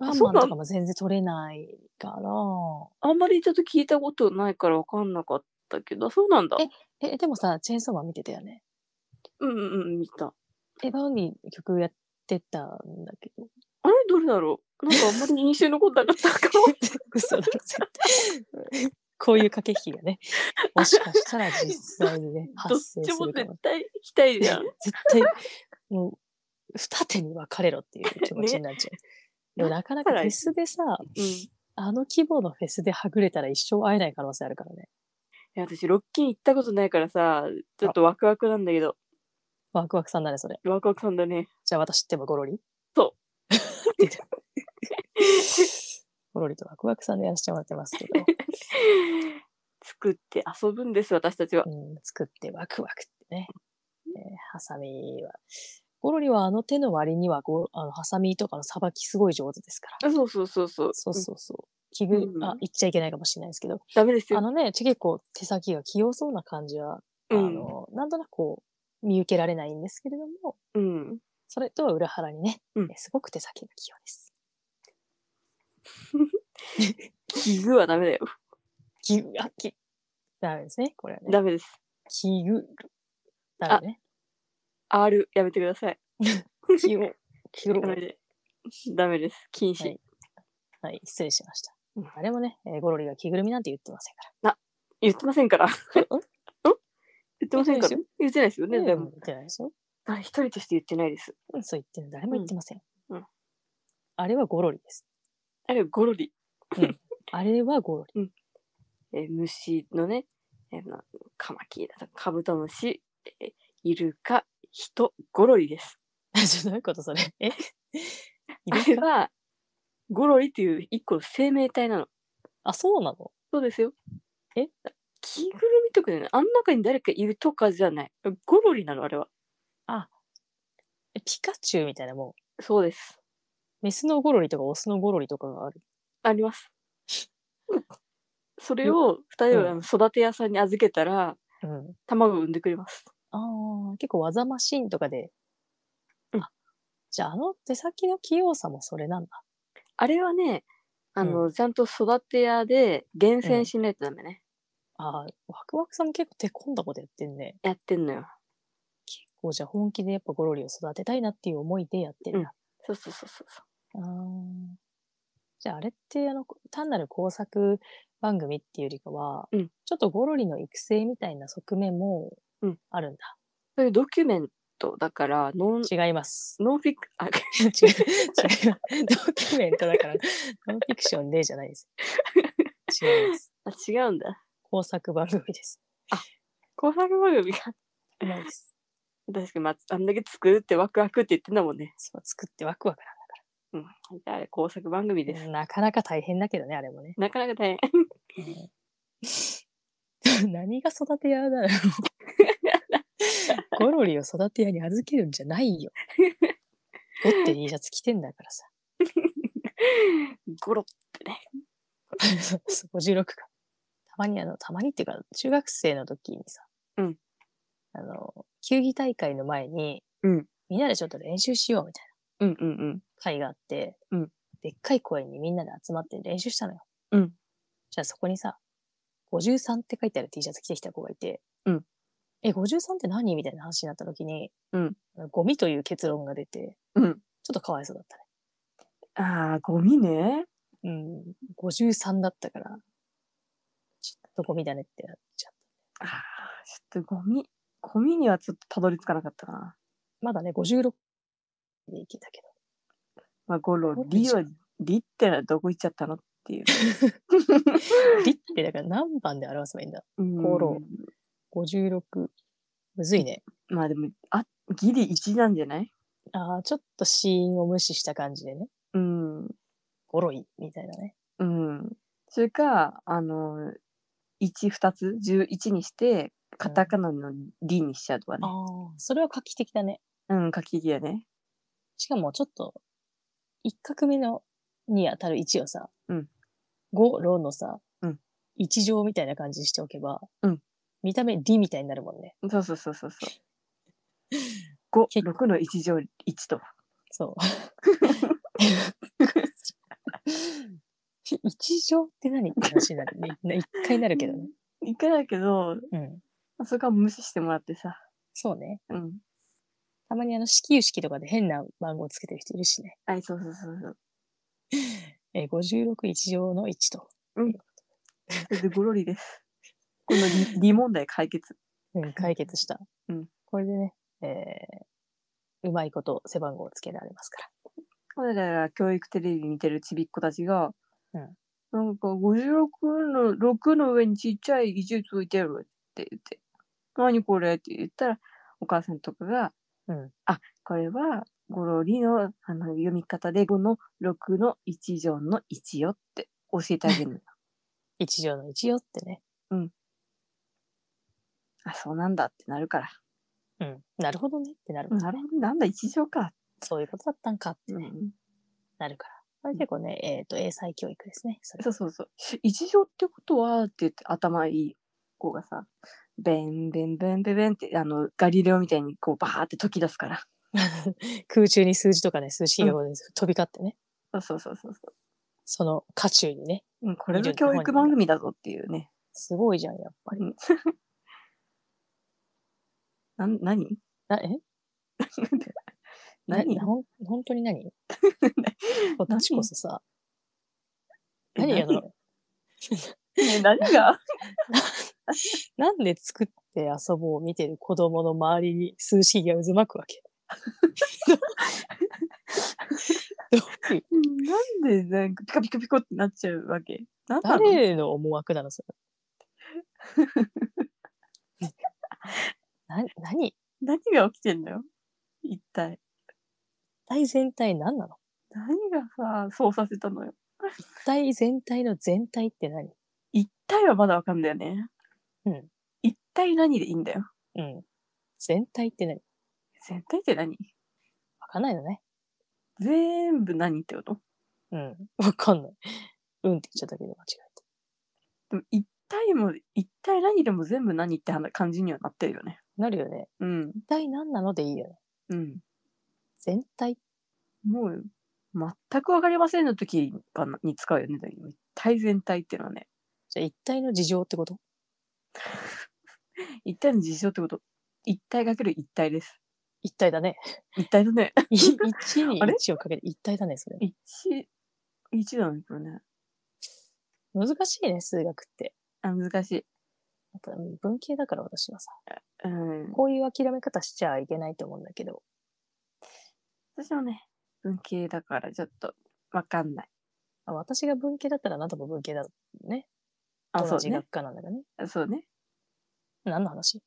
S1: ア
S2: そ
S1: マ
S2: う
S1: ン
S2: なの
S1: とかも全然取れないから。
S2: あんまりちょっと聞いたことないから分かんなかったけど、そうなんだ。
S1: え、でもさ、チェーンソーマン見てたよね。
S2: うんうんうん、見た。
S1: え、バウンディ曲やってたんだけ ど。
S2: あれどれだろうなんかあんまり印象に残んなかったかも。
S1: 嘘だろ、絶対。 こういう駆け引きがね、もしかしたら実際にね、
S2: どっ
S1: 発生
S2: ち
S1: す
S2: も
S1: るか
S2: 絶
S1: も。
S2: 対行きたいじゃん。
S1: 絶対、もう、二手に分かれろっていう気持ちになっちゃ う。でもなかなかフェスでさ、
S2: うん。い
S1: あの規模のフェスではぐれたら一生会えない可能性あるからね。
S2: や、私、ロッキン行ったことないからさ、ちょっとワクワクなんだけど、
S1: ワクワクさんだね、それ。
S2: ワクワクさんだね。
S1: じゃあ私ってばゴロリ。
S2: そう
S1: 出た ゴロリとワクワクさんでやらせてもらってますけど、
S2: 作って遊ぶんです、私たちは。
S1: うん、作ってワクワクってね。えーハサミは。ゴロリはあの手の割にはゴあのハサミとかのさばきすごい上手ですから。
S2: あそうそうそうそう。
S1: そうそうそう。器具、
S2: うん
S1: あ、言っちゃいけないかもしれないですけど、
S2: ダメです
S1: あ
S2: よ。
S1: のね、ちょ結構手先が器用そうな感じは、あ
S2: うん。
S1: の、なんとなくこう、見受けられないんですけれども、
S2: うん。
S1: それとは裏腹にね、
S2: うん
S1: すごく手先が器用です。
S2: 器具はダメだよ。
S1: 器具、あ、き、ダメですね、これはね。
S2: ダメです。
S1: 器具、ダメね。
S2: R、やめてください。
S1: 器用、器用
S2: ダ。メで。ダメです。禁止。
S1: はいはい、失礼しました
S2: うん。
S1: あれもね、えーゴロリが着ぐるみなんて言ってませんか
S2: 言ってませんから。ん言ってませんから
S1: 言ってないですよ
S2: 言っ
S1: ら。
S2: てないですよね、で
S1: 誰も
S2: も。
S1: 言ってないですよ。
S2: あれ一人として言ってないです。
S1: うんそう言ってるの誰も言ってません。
S2: うん
S1: あれはゴロリです。
S2: あれ、ゴロリ。
S1: あれはゴロリ。
S2: えー虫のね、えー、なカマキリだとかカブトムシ、えーイルカ、人、ゴロリです。
S1: ちょっとどういうことそれ。え
S2: あ
S1: イ
S2: れ
S1: ルカ
S2: は、ゴロリっていう一個の生命体なの。
S1: あ、そうなの
S2: そうですよ。
S1: え
S2: 着ぐるみとかじゃない。あん中に誰かいるとかじゃない。ゴロリなの、あれは。
S1: えピカチュウみたいなもん。
S2: そうです。
S1: メスのゴロリとかオスのゴロリとかがある。
S2: あります。それを二人はあの育て屋さんに預けたら、
S1: うん。
S2: 卵を産んでくれます。
S1: ああ、結構技マシンとかで。
S2: うん
S1: あ、じゃああの手先の器用さもそれなんだ。
S2: あれはね、あの、ちゃんと育て屋で厳選しないとダメね。
S1: ああ、ワクワクさんも結構手込んだことやってんね。
S2: やってんのよ。
S1: 結構じゃあ本気でやっぱゴロリを育てたいなっていう思いでやってるんだ。
S2: そうそうそうそうそう。
S1: あーじゃああれってあの単なる工作番組っていうよりかは、
S2: うん
S1: ちょっとゴロリの育成みたいな側面も
S2: うん
S1: あるんだ。
S2: そういうドキュメントだから、ノン、
S1: 違います。
S2: ノンフィク、 あ、
S1: 違う、違う。ド キュメントだから、ノンフィクションでじゃないです。違います。
S2: あ違うんだ。
S1: 工作番組 です。
S2: 後半番組が、
S1: ないです。
S2: 確かに、まあ、あんだけ作るってワクワクって言ってんだもんね。
S1: そう、作ってワクワクなんだか
S2: うん、あれ工作番組です。
S1: なかなか大変だけどね、あれもね。
S2: なかなか大変。
S1: うん 何が育て屋だ ろう。ゴロリを育て屋に預けるんじゃないよ。ゴって T シャツ着てんだから さ。
S2: ゴロ
S1: そうそう56か。たまにあの、たまにっていうか、中学生の時にさ、
S2: うん
S1: あの、球技大会の前に、
S2: うん
S1: みんなでちょっと練習しようみたいな
S2: うんうんうん。
S1: 会があって、
S2: うん
S1: でっかい公園にみんなで集まって練習したのよ。
S2: うん
S1: じゃあそこにさ、53って書いてある T シャツ着てきた子がいて、
S2: うん
S1: え、53って何みたいな話になった時に、
S2: うん
S1: ゴミという結論が出て、
S2: うん。
S1: ちょっとかわいそうだったね。
S2: ああ、ゴミね。
S1: うん、53だったから、ちょっとゴミだねってなっちゃった。
S2: ああ、ちょっとゴミ。ゴミにはちょっとたどり着かなかったな。
S1: まだね、56でいけたけど。
S2: まあ、ゴロ
S1: ゴロ
S2: リ
S1: じゃ
S2: は
S1: ん、
S2: リってのはどこ行っちゃったのっていう。
S1: リってだから何番で表せばいいんだ
S2: うん
S1: ゴロ。?56。むずいね。
S2: まあでも、あ、ギリ1なんじゃない
S1: ああ、ちょっと死因を無視した感じでね。
S2: うん。
S1: ゴロイみたいなね。
S2: うん。それか、あの、1、2つ、11にして、カタカナのリにしちゃうとかね。
S1: ああ。それは画期的だね。
S2: うん、書き切やね。
S1: しかもちょっと、一画目のに当たる1をさ、
S2: うん
S1: 5、ロのさ、
S2: うん
S1: 一乗みたいな感じにしておけば、
S2: うん
S1: 見た目リみたいになるもんね。
S2: そうそうそうそう そう。
S1: 結
S2: 5、6の1乗1と。
S1: そう。一乗って何って話になるね。みんな一回なるけどね。
S2: 一回だけど、
S1: うん。
S2: そこは無視してもらってさ。
S1: そうね。
S2: うん。
S1: たまにあの、始球式とかで変な番号つけてる人いるしね。
S2: はい、そうそうそうそう。
S1: えー、56一乗の1と。
S2: それでゴロリです。この リリ問題解決。
S1: うん、解決した。
S2: うん。
S1: これでね、えーうまいこと背番号をつけられますから。
S2: これら教育テレビ見てるちびっ子たちが、
S1: うん
S2: なんか56の6の上にちっちゃい1つ置いてあるって言って、何これって言ったら、お母さんとかが、
S1: うん
S2: あ、これはゴロリのあの読み方で5の6の1乗の1よって教えてあげるの。
S1: 一乗の一よってね。
S2: あ、そうなんだってなるから。
S1: うん。なるほどねってなるもんね
S2: なるほど、なんだ1乗か。
S1: そういうことだったんかって
S2: う
S1: ね、
S2: ん、
S1: なるから。これ結構ね、えっ、と、英才教育ですね。それ
S2: そうそうそう。一乗ってことは、って言って頭いい子がさ、ベンベンベンベンベンって、あの、ガリレオみたいにこうバーって解き出すから。
S1: 空中に数字とかね、数式がこう飛び交ってね、
S2: そうそうそうそうそ
S1: その渦中にね、
S2: う。うん、これが教育番組だぞっていうね。
S1: すごいじゃん、やっぱり。
S2: なん、何
S1: なえな
S2: 何
S1: ほん本当に 何こっちこそさ、
S2: 何
S1: 何あの、
S2: ね何が
S1: なんで作って遊ぼうを見てる子供の周りに数式が渦巻くわけどういう
S2: なんでなんかピカピカピコってなっちゃうわけなんだろう
S1: 誰の思惑なのそれな何
S2: 何が起きてんだよ一体。
S1: 体全体何なの
S2: 何がさ、そうさせたのよ。
S1: 体全体の全体って何
S2: 一体はまだわかんだよね。
S1: うん。
S2: 一体何でいいんだよ。
S1: うん。全体って何
S2: 全体って何
S1: わかんないのね。
S2: 全部何ってこと
S1: うん。わかんない。うんって言っちゃったけど間違えた。
S2: でも一体も一体何でも全部何って話感じにはなってるよね。
S1: なるよね。
S2: うん。
S1: 一体何なのでいいよね。
S2: うん。
S1: 全体。
S2: もう全くわかりませんの時がなに使うよね。だけど一体全体っていうのはね。
S1: じゃあ一体の事情ってこと
S2: 一体の事象ってこと。一体かける一体です。
S1: 一体だね。
S2: 一体だね。
S1: い一に
S2: あれ
S1: 一をかけて一体だね、それ。
S2: 一、一だね、これね。
S1: 難しいね、数学って。
S2: あ、難しい。
S1: やっぱうん文系だから私はさ、
S2: うん。
S1: こういう諦め方しちゃいけないと思うんだけど、
S2: 私もね、文系だからちょっとわかんない。
S1: あ私が文系だったらあなたも文系だね。
S2: あ、そ
S1: 同
S2: う
S1: じ
S2: ね
S1: 学。科なんだからね。
S2: そうね。
S1: 何の話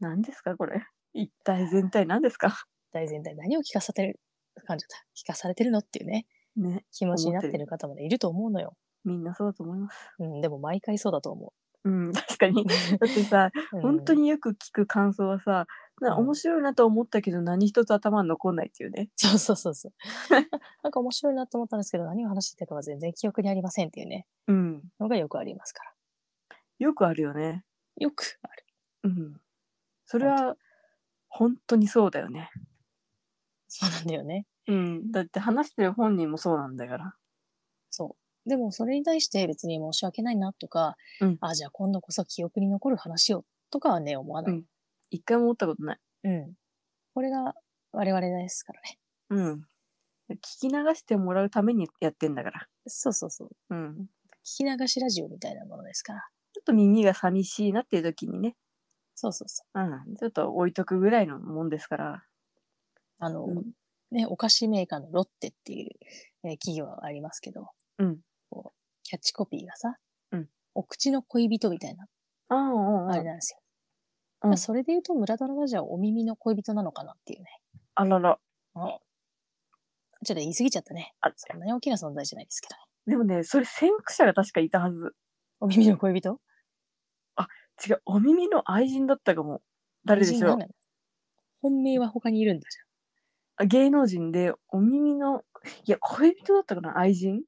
S2: 何ですか、これ。一体全体何ですか
S1: 大全体何を聞かされてる感じだ聞かされてるのっていうね
S2: ね。
S1: 気持ちになってる方もねいると思うのよ。
S2: みんなそうだと思います。
S1: うん、でも毎回そうだと思
S2: うん、 確かに。だってさ、
S1: う。うん
S2: 本当によく聞く感想はさ、な
S1: うん
S2: 面白いなと思ったけど何一つ頭に残んないっていうね。
S1: そうそうそうそう。 なんか面白いなと思ったんですけど、何を話してたかは全然記憶にありませんっていうね、
S2: うん。
S1: のがよくありますから。
S2: よくあるよね。
S1: よくある。
S2: うん。それは本当にそうだよね。
S1: そうなんだよね。
S2: うん。だって話してる本人もそうなんだから。
S1: そう。でもそれに対して別に申し訳ないなとか、
S2: うん
S1: あ、じゃあ今度こそ記憶に残る話をとかはね、思わない。
S2: うん一回も思ったことない。
S1: うん。これが我々ですからね。
S2: うん。聞き流してもらうためにやってんだから。
S1: そうそうそう。
S2: うん。
S1: 聞き流しラジオみたいなものですから。
S2: ちょっと耳が寂しいなっていう時にね。
S1: そうそうそう。
S2: うん。ちょっと置いとくぐらいのもんですから。
S1: あの、
S2: うん
S1: ね、お菓子メーカーのロッテっていう、えー企業はありますけど、
S2: うん
S1: こうキャッチコピーがさ、
S2: うん
S1: お口の恋人みたいな、
S2: ああ、うんうん
S1: あれなんですよ。
S2: うん
S1: まあそれで言うと、村田のラジオはお耳の恋人なのかなっていうね。
S2: あらら。
S1: ちょっと言い過ぎちゃったね。
S2: あ
S1: そんなに大きな存在じゃないですけどね。
S2: でもね、それ先駆者が確かいたはず。
S1: お耳の恋人
S2: 違う、お耳の愛人だったかも。誰でし
S1: 友人
S2: ょ
S1: な
S2: うん
S1: だ。本命は他にいるんだじ
S2: あ芸能人で、お耳の、いや、恋人だったかな愛人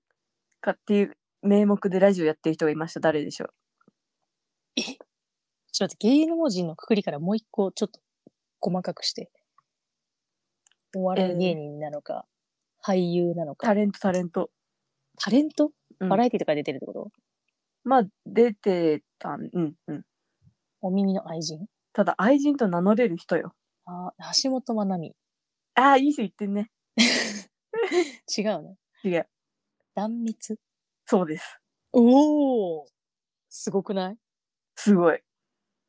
S2: かっていう名目でラジオやってる人がいました。誰でしょう
S1: ゃん。ちょっと待って、芸能人のくくりからもう一個ちょっと細かくして。お笑い芸人なのか、俳優なのか
S2: タ。レント、タレント。
S1: タレント、
S2: うん
S1: バラエティとか出てるってこと
S2: まあ、出てたん、うん、うん。
S1: お耳の愛人
S2: ただ、愛人と名乗れる人よ。
S1: ああ、橋本まなみ。
S2: ああ、いい人言ってんね。
S1: 違うね。
S2: 違う。
S1: 断密
S2: そうです。
S1: おおすごくない
S2: すごい。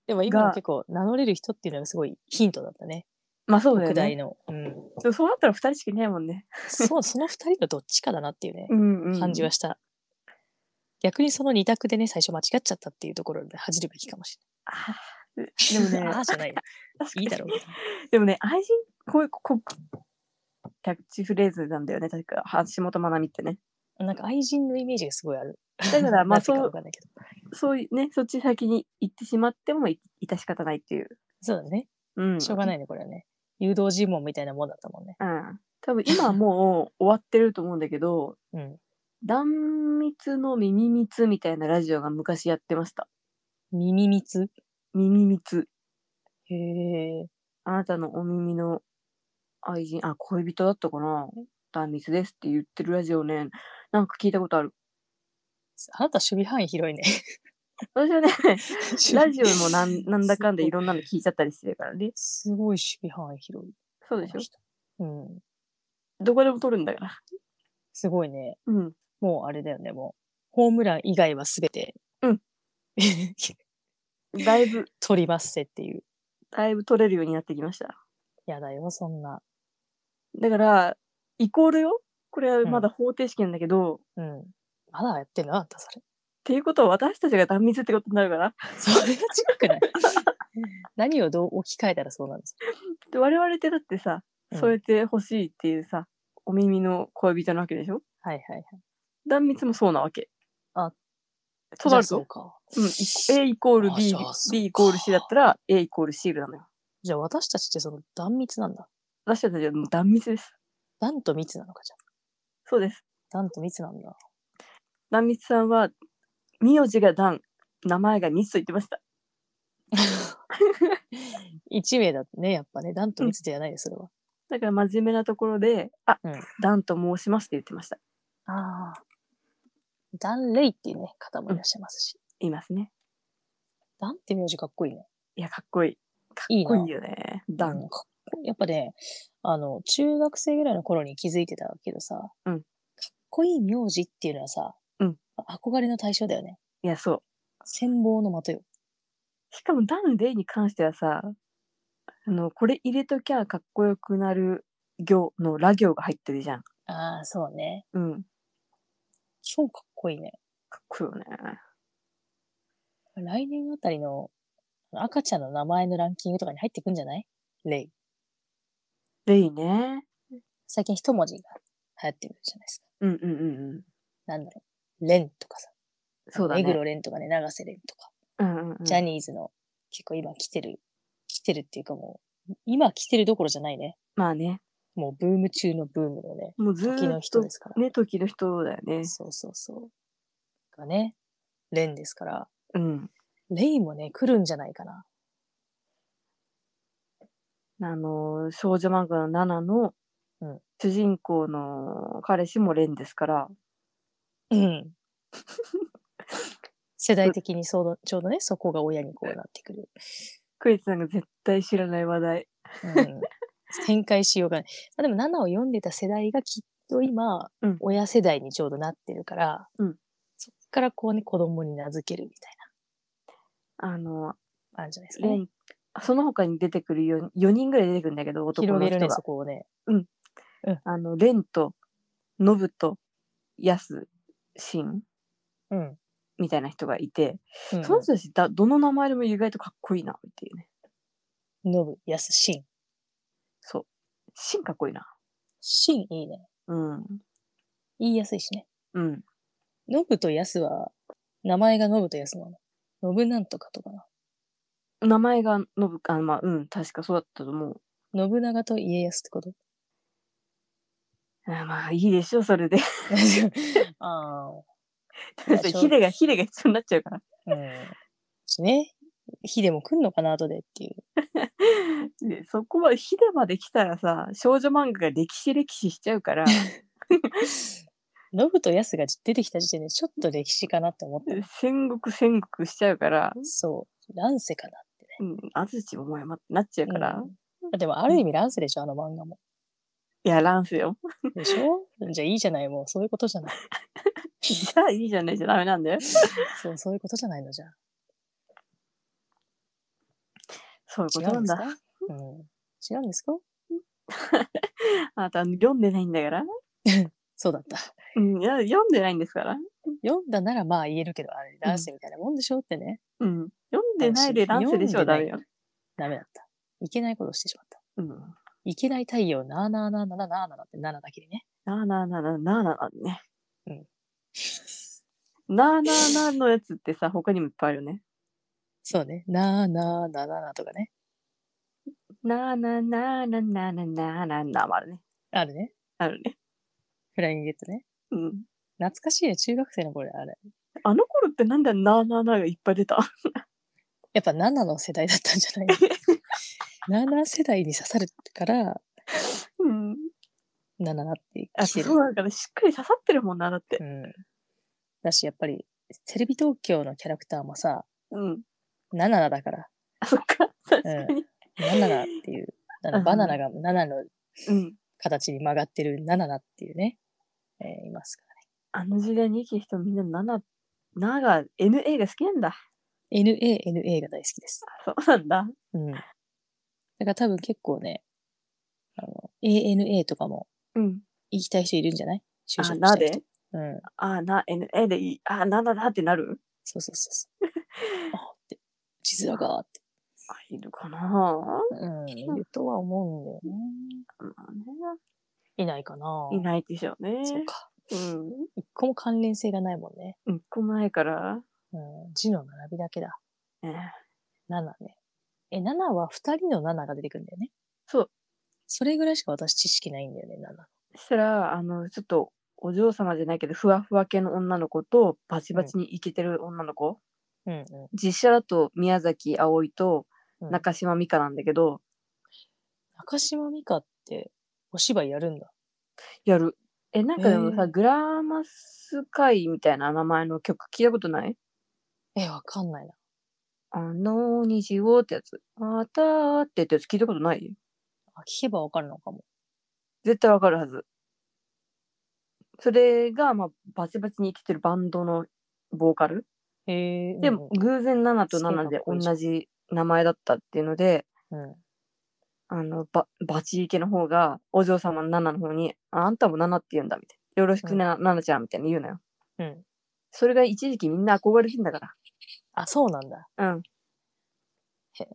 S1: でも今の
S2: が
S1: 結構名乗れる人っていうのがすごいヒントだったね。
S2: まあ、そうだよ
S1: 特大
S2: ね。
S1: の。うん。
S2: そうそうなったら二人しかいないもんね。
S1: そう、その二人のどっちかだなっていうね、
S2: ん、う
S1: 感じはした。逆にその二択でね、最初間違っちゃったっていうところで恥じるべきかもし
S2: あー
S1: れ
S2: で
S1: ない。、
S2: もね
S1: ああじゃないよ。
S2: 確か
S1: い
S2: に
S1: いだろう。
S2: でもね、愛人、こういう、こキャッチフレーズなんだよね、確か、橋本まなみってね。
S1: なんか愛人のイメージがすごいある。
S2: だか ら、ま
S1: な
S2: あ、
S1: ぜ
S2: そ
S1: かわ
S2: う、
S1: かんないけど。
S2: そういうね、そっち先に行ってしまっても、い致し方ないっていう。
S1: そうだね。
S2: うん。
S1: しょうが
S2: い。
S1: ないね、これはね。誘導尋問みたいなもんだったもんね。
S2: うん。多分、今はもう終わってると思うんだけど、
S1: うん。
S2: 断密の耳密みたいなラジオが昔やってました。
S1: 耳密
S2: 耳密。
S1: へえ。
S2: あなたのお耳の愛人、あ、恋人だったかな断密ですって言ってるラジオね、なんか聞いたことある。
S1: あなた守備範囲広いね。
S2: 私はね、 ラジオもなんなんだかんだい
S1: ん
S2: ろんなの聞いちゃったりしてるからね。
S1: すごい守備範囲広い。
S2: そうでしょ
S1: うん。
S2: どこでも撮るんだから。
S1: すごいね。
S2: うん。
S1: もうあれだよね、もう。ホームラン以外はすべて。
S2: うん。だいぶ、
S1: 取りますせっていう。
S2: だいぶ撮れるようになってきました。
S1: やだよ、そんな。
S2: だから、イコールよこれはまだ方程式なんだけど、っ
S1: うん。まだやってんのあんた、それ。
S2: ていうことは私たちが断密ってことになるから。
S1: それが違くない 何をどう置き換えたらそうなんですか
S2: で我々ってだってさ、
S1: うん
S2: 添えて欲しいっていうさ、お耳の恋人なわけでしょ
S1: はいはいはい。
S2: 断密もそうなわけ。
S1: あ、
S2: となる
S1: じゃあそ
S2: と
S1: う、か。
S2: うん、A イコール
S1: あ
S2: B
S1: じゃあ、そう
S2: B イコール C だったら A イコール C なのよ。
S1: じゃあ私たちってその断密なんだ。
S2: 私たちはもう断密です。
S1: 断と密なのかじゃあ。
S2: そうです。
S1: 断と密なんだ。
S2: 壇蜜さんは名字が壇名前が蜜と言ってました
S1: 一名だってね、やっぱね、断と密ではないです、それは。
S2: だから真面目なところで「あ、
S1: うん
S2: 壇と申します」って言ってました
S1: ああ。断霊っていうね、方もいらっしゃいますし。
S2: いますね
S1: 断って名字かっこいいね。
S2: いやかっこいいかっ
S1: いいな
S2: こいいよね
S1: う
S2: 壇
S1: んかっこいいやっぱね、あの、中学生ぐらいの頃に気づいてたけどさ、
S2: うん
S1: かっこいい名字っていうのはさ、
S2: うん
S1: 憧れの対象だよね。
S2: いやそう
S1: 羨望の的よ。
S2: しかも壇でに関してはさあのこれ入れときゃかっこよくなる行のラ行が入ってるじゃん
S1: ああ、そうね。
S2: うん
S1: 超かっこいいね。
S2: かっこいいよね
S1: 来年あたりの赤ちゃんの名前のランキングとかに入ってくんじゃないレイ。
S2: でいいね
S1: 最近一文字が流行ってるじゃないですか。
S2: うんうんうんうん。
S1: なんだろう、レンとかさ、
S2: そうだ
S1: 目
S2: ね。
S1: 黒レンとかね、永瀬レンとか、
S2: うんうんうん
S1: ジャニーズの結構今来てる、来てるっていうかもう、今来てるどころじゃないね。
S2: まあね。
S1: もうブーム中のブームのね、
S2: もうず
S1: 時
S2: ー
S1: の
S2: っ
S1: 人
S2: と
S1: ですから。
S2: ね、時の人だよね。
S1: そうそうそう。がね、レンですから、
S2: うん。
S1: レイもね、来るんじゃないかな。
S2: あのー、少女漫画のナナの
S1: うん
S2: 主人公の彼氏もレンですから、
S1: うん。 世代的にそうどちょうどね、そこが親にこうなってくる。
S2: クイズさんが絶対知らない話題。
S1: うん、展開しようがない。まあ、でも、7を読んでた世代がきっと今、
S2: うん
S1: 親世代にちょうどなってるから、
S2: うん
S1: そっからこうね、子供に名付けるみたい
S2: あの
S1: な、あるんじゃないですか
S2: レ
S1: ね。
S2: ン、その他に出てくる 4, 4人ぐらい出てくるんだけど、男
S1: 広
S2: の
S1: げる
S2: 人
S1: ね、
S2: が
S1: そ。こをね。
S2: あの、レンと、ノブと、ヤス、シン
S1: うん。うん
S2: みたいな人がいて、
S1: うん、
S2: その人たちだ、どの名前でも意外とかっこいいな、っていうね。
S1: ノブ、ヤス、シン。
S2: そう。シンかっこいいな。
S1: シン、いいね。
S2: うん。
S1: 言いやすいしね。
S2: うん。
S1: ノブとヤスは、名前がノブとヤスなの。ノブなんとかとかな。
S2: 名前がノブ、あ、まあ、うん、確かそうだったと思う。
S1: 信長と家康ってこと
S2: あまあ、いいでしょ、それで。
S1: ああ。 やしょう
S2: ヒデが、ヒデが必要になっちゃ うから。
S1: うん。しね。火でも来んのかな、後でっていう。
S2: でそこは、ヒデまで来たらさ、少女漫画が歴史歴史しちゃ うから、
S1: ノブとヤスが出てきた時点でちょっと歴史かなって思った。
S2: 戦国戦国しちゃうから、
S1: そう。乱世かなってね。
S2: うん、安土桃山ってなっちゃうから、
S1: うんでもある意味乱世でしょ、あの漫画も。
S2: いやらんすよ。
S1: でしょじゃあいいじゃない、もうそういうことじゃない。
S2: じゃあいいじゃないじゃダメなんだよ。
S1: そう、そういうことじゃないのじゃあ。
S2: そういうこ
S1: 違
S2: と
S1: う
S2: なんん
S1: です
S2: だ。
S1: かうん。違うんですか
S2: あなた読んでないんだから。
S1: そうだった。
S2: うん、いや読んでないんですから。
S1: 読んだならまあ言えるけど、あれ、乱世みたいなもんでしょってね。
S2: うん、読んでないで乱世でしょ
S1: 読んでな
S2: ダ
S1: い
S2: メよ。
S1: ダメだった。いけないことをしてしまった。
S2: うん。
S1: いけない太陽、なあなあなあなあなあなあって7だけでね。
S2: なあなあなあなあなあなあね。
S1: うん
S2: なあなあなあのやつってさ他にもいっぱいあるよね。
S1: そうね。なあなあなあなあなあとかね。
S2: なあなあなあなあなあなあなあなあなあもあるね。
S1: あるね。
S2: あるね。
S1: フライングゲットね。
S2: うん。
S1: 懐かしいね。中学生の頃あれ。
S2: あの頃ってなんでなあなあなあがいっぱい出た。
S1: やっぱ7の世代だったんじゃない ?7 世代に刺さるから、
S2: うん。
S1: 7なって
S2: あ
S1: 来て
S2: そ
S1: る。
S2: うだからしっかり刺さってるもんなだって
S1: う。ん。だし、やっぱり、テレビ東京のキャラクターもさ、
S2: うん。
S1: 7だから、
S2: あそっか確かに。
S1: 77っていう、あ
S2: う
S1: の
S2: ん
S1: バナナが7の
S2: うん。
S1: 形に曲がってる77っていうね、えーいますか
S2: あの時代に生きる人みんな7、なが、NA が好きなんだ。
S1: ら。NA、NA が大好きです。
S2: そうなんだ。
S1: うん。だから多分結構ね、あの、ANA とかも
S2: うん。
S1: 行きたい人いるんじゃない就
S2: あ、
S1: 職
S2: な
S1: したい
S2: で
S1: 人。うん。
S2: あ、な、NA でいい。あ、7だってなる
S1: そうそうそうそう。あって、地面がって。
S2: あ、いるかなま
S1: うん、いるとは思うんだよ
S2: あね
S1: ね。いないかない
S2: ないでしょうね。
S1: そうか。
S2: うん。
S1: 一個も関連性がないもんね。
S2: うん、こないから。
S1: うん、字の並びだけだ。
S2: ええ
S1: 7ね。え、7は2人の7が出てくるんだよね。
S2: そう。
S1: それぐらいしか私知識ないんだよね、
S2: そしたら、あの、ちょっと、お嬢様じゃないけど、ふわふわ系の女の子と、バチバチにイケてる女の子。
S1: 7。うんうん。
S2: 実写だと、宮崎葵と
S1: うん
S2: 中島美香なんだけど、
S1: 中島美香ってお芝居やるんだ。
S2: やる。え、なんかでも
S1: へ
S2: さ、
S1: え
S2: グラマス会みたいな名前の曲聞いたことない
S1: え、わかんないな。
S2: あの虹をってやつ。またーってってやつ聞いたことない
S1: あ聞けばわかるのかも。
S2: 絶対わかるはず。それが、まあ、バチバチに生きてるバンドのボーカル。
S1: へえ。
S2: でも、偶然7と7で同じ名前だったっていうので、
S1: うんうん、
S2: あの、ババチイケの方が、お嬢様の7の方に、ああんたも7って言うんだ、みたいな。よろしくね、な7ちゃん、みたいな言うのよ。
S1: うん。うん。
S2: それが一時期みんな憧れてんだから。
S1: あ、そうなん だ。
S2: うん
S1: へ。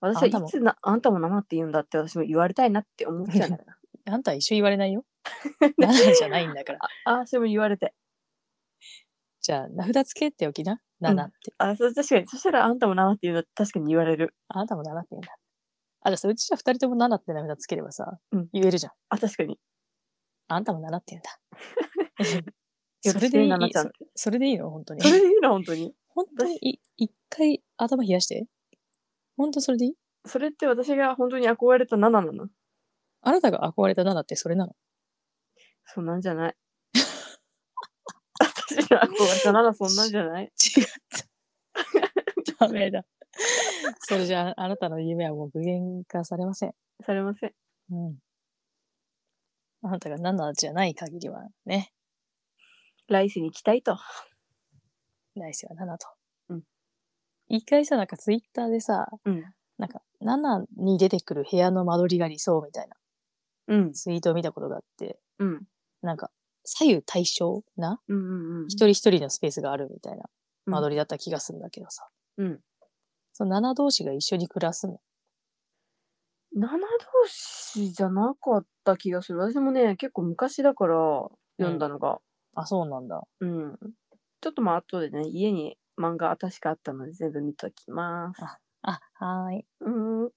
S2: 私
S1: あ
S2: は
S1: ん
S2: い
S1: たも
S2: つなあんたも生って言うんだって私も言われたいなって思っちゃうんだから。
S1: あんたは一緒言われないよ。7じゃないんだから。
S2: あ、それも言われて。
S1: じゃあ、名札つけておきな。7って。
S2: あ、そう確かに。そしたらあんたもなっていうの確かに言われる。
S1: あなたも7って言うんだ。あ、じゃあさ、うちじゃ2人とも7って名札つければさ、
S2: うん
S1: 言えるじゃん。
S2: あ、確かに。
S1: あんたも7って言 うんだ。
S2: よ
S1: そ
S2: ろ
S1: れ
S2: し
S1: で
S2: く
S1: いい
S2: ね、ななちゃん。
S1: そそれでいいの本当に
S2: そ。れでいいの、本当に。
S1: 本当にい一回頭冷やして。本当それでいい
S2: それって私が本当に憧れたナナなの。
S1: あなたが憧れた7ってそれなの
S2: そんなんじゃ ない。私の憧れたナナそんなんじゃない
S1: 違 った。ダメだ。それじゃあ、あなたの夢はもう具現化されません。
S2: されません。
S1: うん。あなたが7じゃない限りはね、
S2: 来世に期待と。
S1: 来世は7と。
S2: うん。
S1: 一回さ、なんかツイッターでさ、
S2: うん。
S1: なんか7に出てくる部屋の間取りが理想みたいな
S2: うん。
S1: ツイートを見たことがあって、
S2: うん。
S1: なんか左右対称な
S2: うんうんうん。
S1: 一人一人のスペースがあるみたいな間取りだった気がするんだけどさ、
S2: うん。
S1: その7同士が一緒に暮らすの。
S2: 7同士じゃなかった気がする。私もね、結構昔だから読んだのが。
S1: あ、そうなんだ。
S2: うん。ちょっとまあ後でね、家に漫画確かあったので全部見ときます。
S1: あ、はーい。
S2: うん。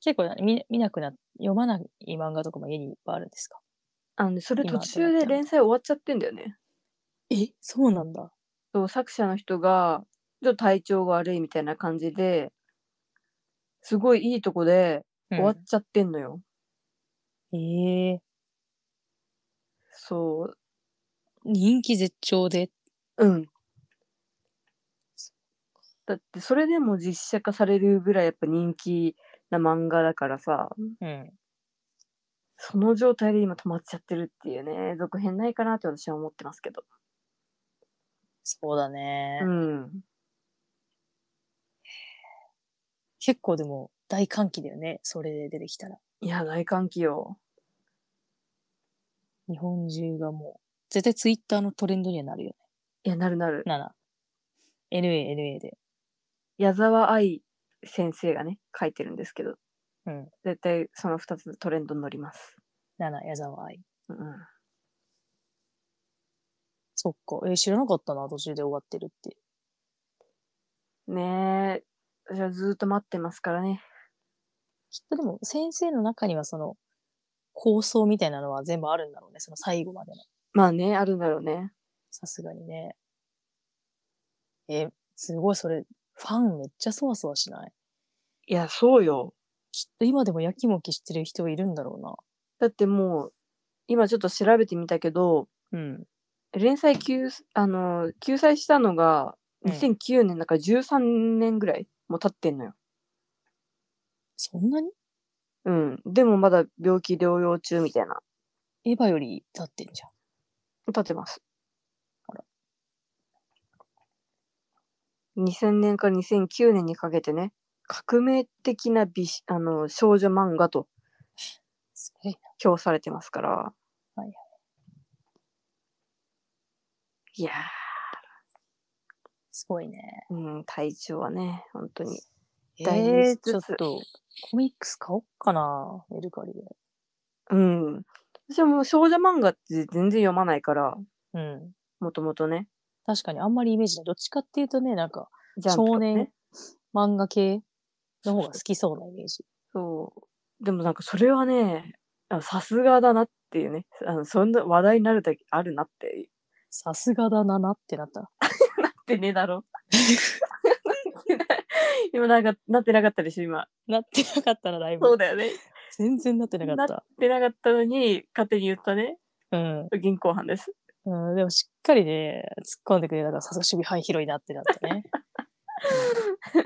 S1: 結構見見なくな、読まない漫画とかも家にいっぱいあるんですか
S2: あのね、それ
S1: 今
S2: 途中で連載終わっちゃってんだよね。
S1: え、そうなんだ。
S2: そう作者の人が、ちょっと体調が悪いみたいな感じで、すごいいいとこで終わっちゃってんのよ。
S1: ええ
S2: そう。
S1: 人気絶頂で。
S2: うん。だってそれでも実写化されるぐらいやっぱ人気な漫画だからさ、
S1: うん。
S2: その状態で今止まっちゃってるっていうね、続編ないかなって私は思ってますけど。
S1: そうだね、
S2: うん。
S1: 結構でも大歓喜だよね。それで出てきたら。
S2: いや、大歓喜よ。
S1: 日本中がもう、絶対ツイッターのトレンドにはなるよね。
S2: いや、なるなる。
S1: 7。NA、NA で。
S2: 矢沢愛先生がね、書いてるんですけど、
S1: うん。
S2: 絶対その2つトレンドに乗ります。
S1: 7、矢沢愛。
S2: うん。
S1: そっか。えー知らなかったな、途中で終わってるって。
S2: ねえ、私はずーっと待ってますからね。
S1: きっとでも、先生の中にはその、構想みたいなのは全部あるんだろうね。その最後までの。
S2: まあね、あるんだろうね。
S1: さすがにね。えーすごい、それ、ファンめっちゃそわそわしない
S2: いや、そうよ。
S1: きっと今でもやきもきしてる人いるんだろう
S2: だってもう、今ちょっと調べてみたけど、
S1: な。うん。
S2: 連載休、あの、救済したのが
S1: うん
S2: 2009年だから13年ぐらいもう経ってんのよ。
S1: そんなに
S2: うん。でもまだ病気療養中みたいな。
S1: エヴァより経ってんじゃん。
S2: 経ってます。
S1: あら
S2: 2000年から2009年にかけてね、革命的な美し、あの、少女漫画と
S1: すごいな。
S2: 評されてますから。
S1: いはい
S2: いや
S1: すごいね。
S2: ー、うん、体調はね、本当に。
S1: え
S2: だいぶ
S1: ー、
S2: ずつ
S1: ちょっと、コミックス買おっかな。メルカリで。
S2: うん。私はもう少女漫画って全然読まないから、
S1: うん。
S2: もともとね。
S1: 確かにあんまりイメージない。どっちかっていうとね、なんか、
S2: ジャンプと
S1: 少
S2: かね
S1: 年漫画系の方が好きそうなイメージ。
S2: そう。でもなんかそれはね、あさすがだなっていうね。あのそんな話題になるだけあるなって。
S1: さすがだななってなった。
S2: なってねえだろ。 今なんか、なってなかったでしょ、今。
S1: なってなかったな、だい
S2: そう
S1: ぶ。
S2: だよね。
S1: 全然なってなかっ
S2: な
S1: た。
S2: 出なかったのに、勝手に言ったね。
S1: うん。
S2: 銀行犯です。
S1: うん、でもしっかりね、突っ込んでくれたから、さすが守備範囲広いなってなった ね。さ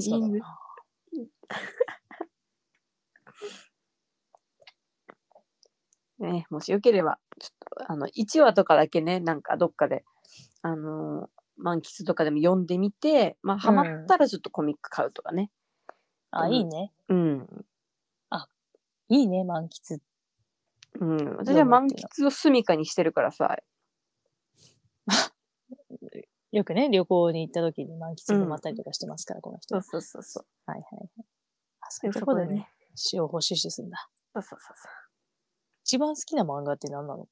S1: すがだ
S2: いいね
S1: な。
S2: ね、もしよければ、ちょっと、あの、1話とかだけね、なんかどっかで、あのー満喫とかでも読んでみて、まあ、ハマったらちょっとコミック買うとかね。
S1: あ、いいね。
S2: うん。
S1: いいね、満喫。
S2: うん。私は満喫を住処にしてるからさ、
S1: よくね、旅行に行った時に満喫でまったりとかしてますから、この人。
S2: そ
S1: はい
S2: うそうそうそう。
S1: はいはい。あそういうところでね、塩を摂取するんだ。
S2: そうそうそうそ
S1: 一番好きな漫画って何なの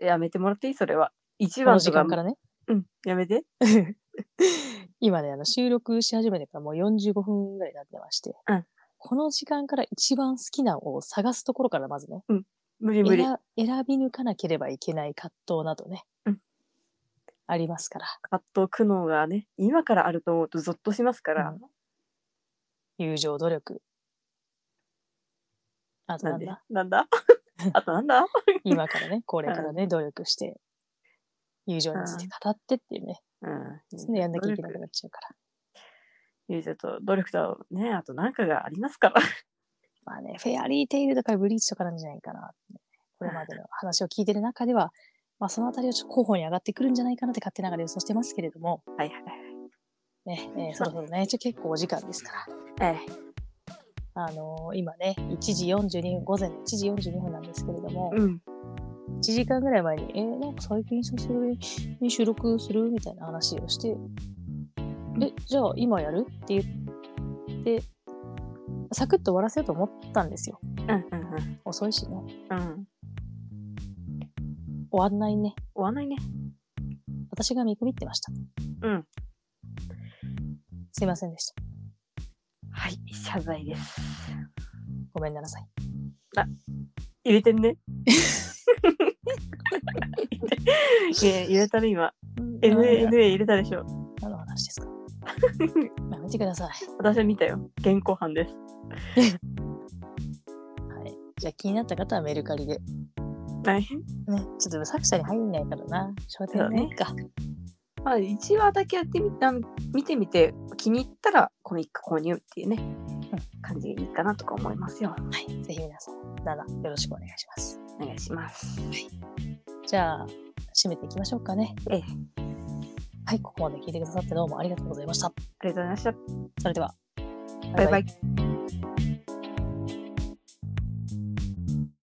S2: う。やめてもらっていいそれは。一
S1: この
S2: 番
S1: 時
S2: と
S1: 間からね。
S2: うん、やめ て。
S1: 今ね、あの収録し始めてからもう45分ぐらいになってまして、
S2: うん
S1: この時間から一番好きなのを探すところからまずね、
S2: 無理無理。
S1: 選選び抜かなければいけない葛藤などね、
S2: うん
S1: ありますから、
S2: 葛藤苦悩がね、今からあると思うとゾッとしますから。
S1: うん友情、努力。あと
S2: な
S1: なんん
S2: で
S1: だ
S2: な んだあとなんだ
S1: 今から ね、これからね、努力して、友情について語ってっていうね、
S2: うん。
S1: そんなやんなきゃいけなくなっちゃうから。
S2: 友情と努力とね、あとなんかがありますから。
S1: まあね、フェアリーテイルとかブリーチとかなんじゃないかなってね。これまでの話を聞いてる中では、まあそのあたりはちょっと候補に上がってくるんじゃないかなって勝手ながら予想してますけれども、
S2: はいはい
S1: ね、えーそろそろね、ちょ結構お時間ですから。
S2: はい。
S1: あのー今ね、1時42分、午前の1時42分なんですけれども
S2: ええ、うん。
S1: 1時間ぐらい前に、えーなんか最近久しぶりに収録するみたいな話をして、え、じゃあ今やるって言って、サクッと終わらせようと思ったんですよ。
S2: うんうんうん。
S1: 遅いしね。
S2: うん。
S1: 終わんないね。
S2: 終わんないね。
S1: 私が見くびってました。
S2: うん。
S1: すいませんでした。
S2: はい、謝罪です。
S1: ごめんなさい。
S2: 入れて んね。いや入れたね今。
S1: 何
S2: NA, NA 入れたでしょ。
S1: 何の話ですかやめてください。
S2: 私は見たよ。現行犯です。
S1: はい。じゃあ気になった方はメルカリで。ね、
S2: はい。
S1: ちょっと作者に入んないからな。しょうがないか。
S2: まあ、1話だけやってみあの見てみて、気に入ったらコミック購入っていうね、感じでいいかなとか思いますよ。
S1: はい。ぜひ皆さん、7よろしくお願いします。
S2: お願いします。
S1: じゃあ、締めていきましょうかね。
S2: ええ、
S1: はい。ここまで聞いてくださってどうもありがとうございました。
S2: ありがとうございました。
S1: それでは、
S2: バイバイ。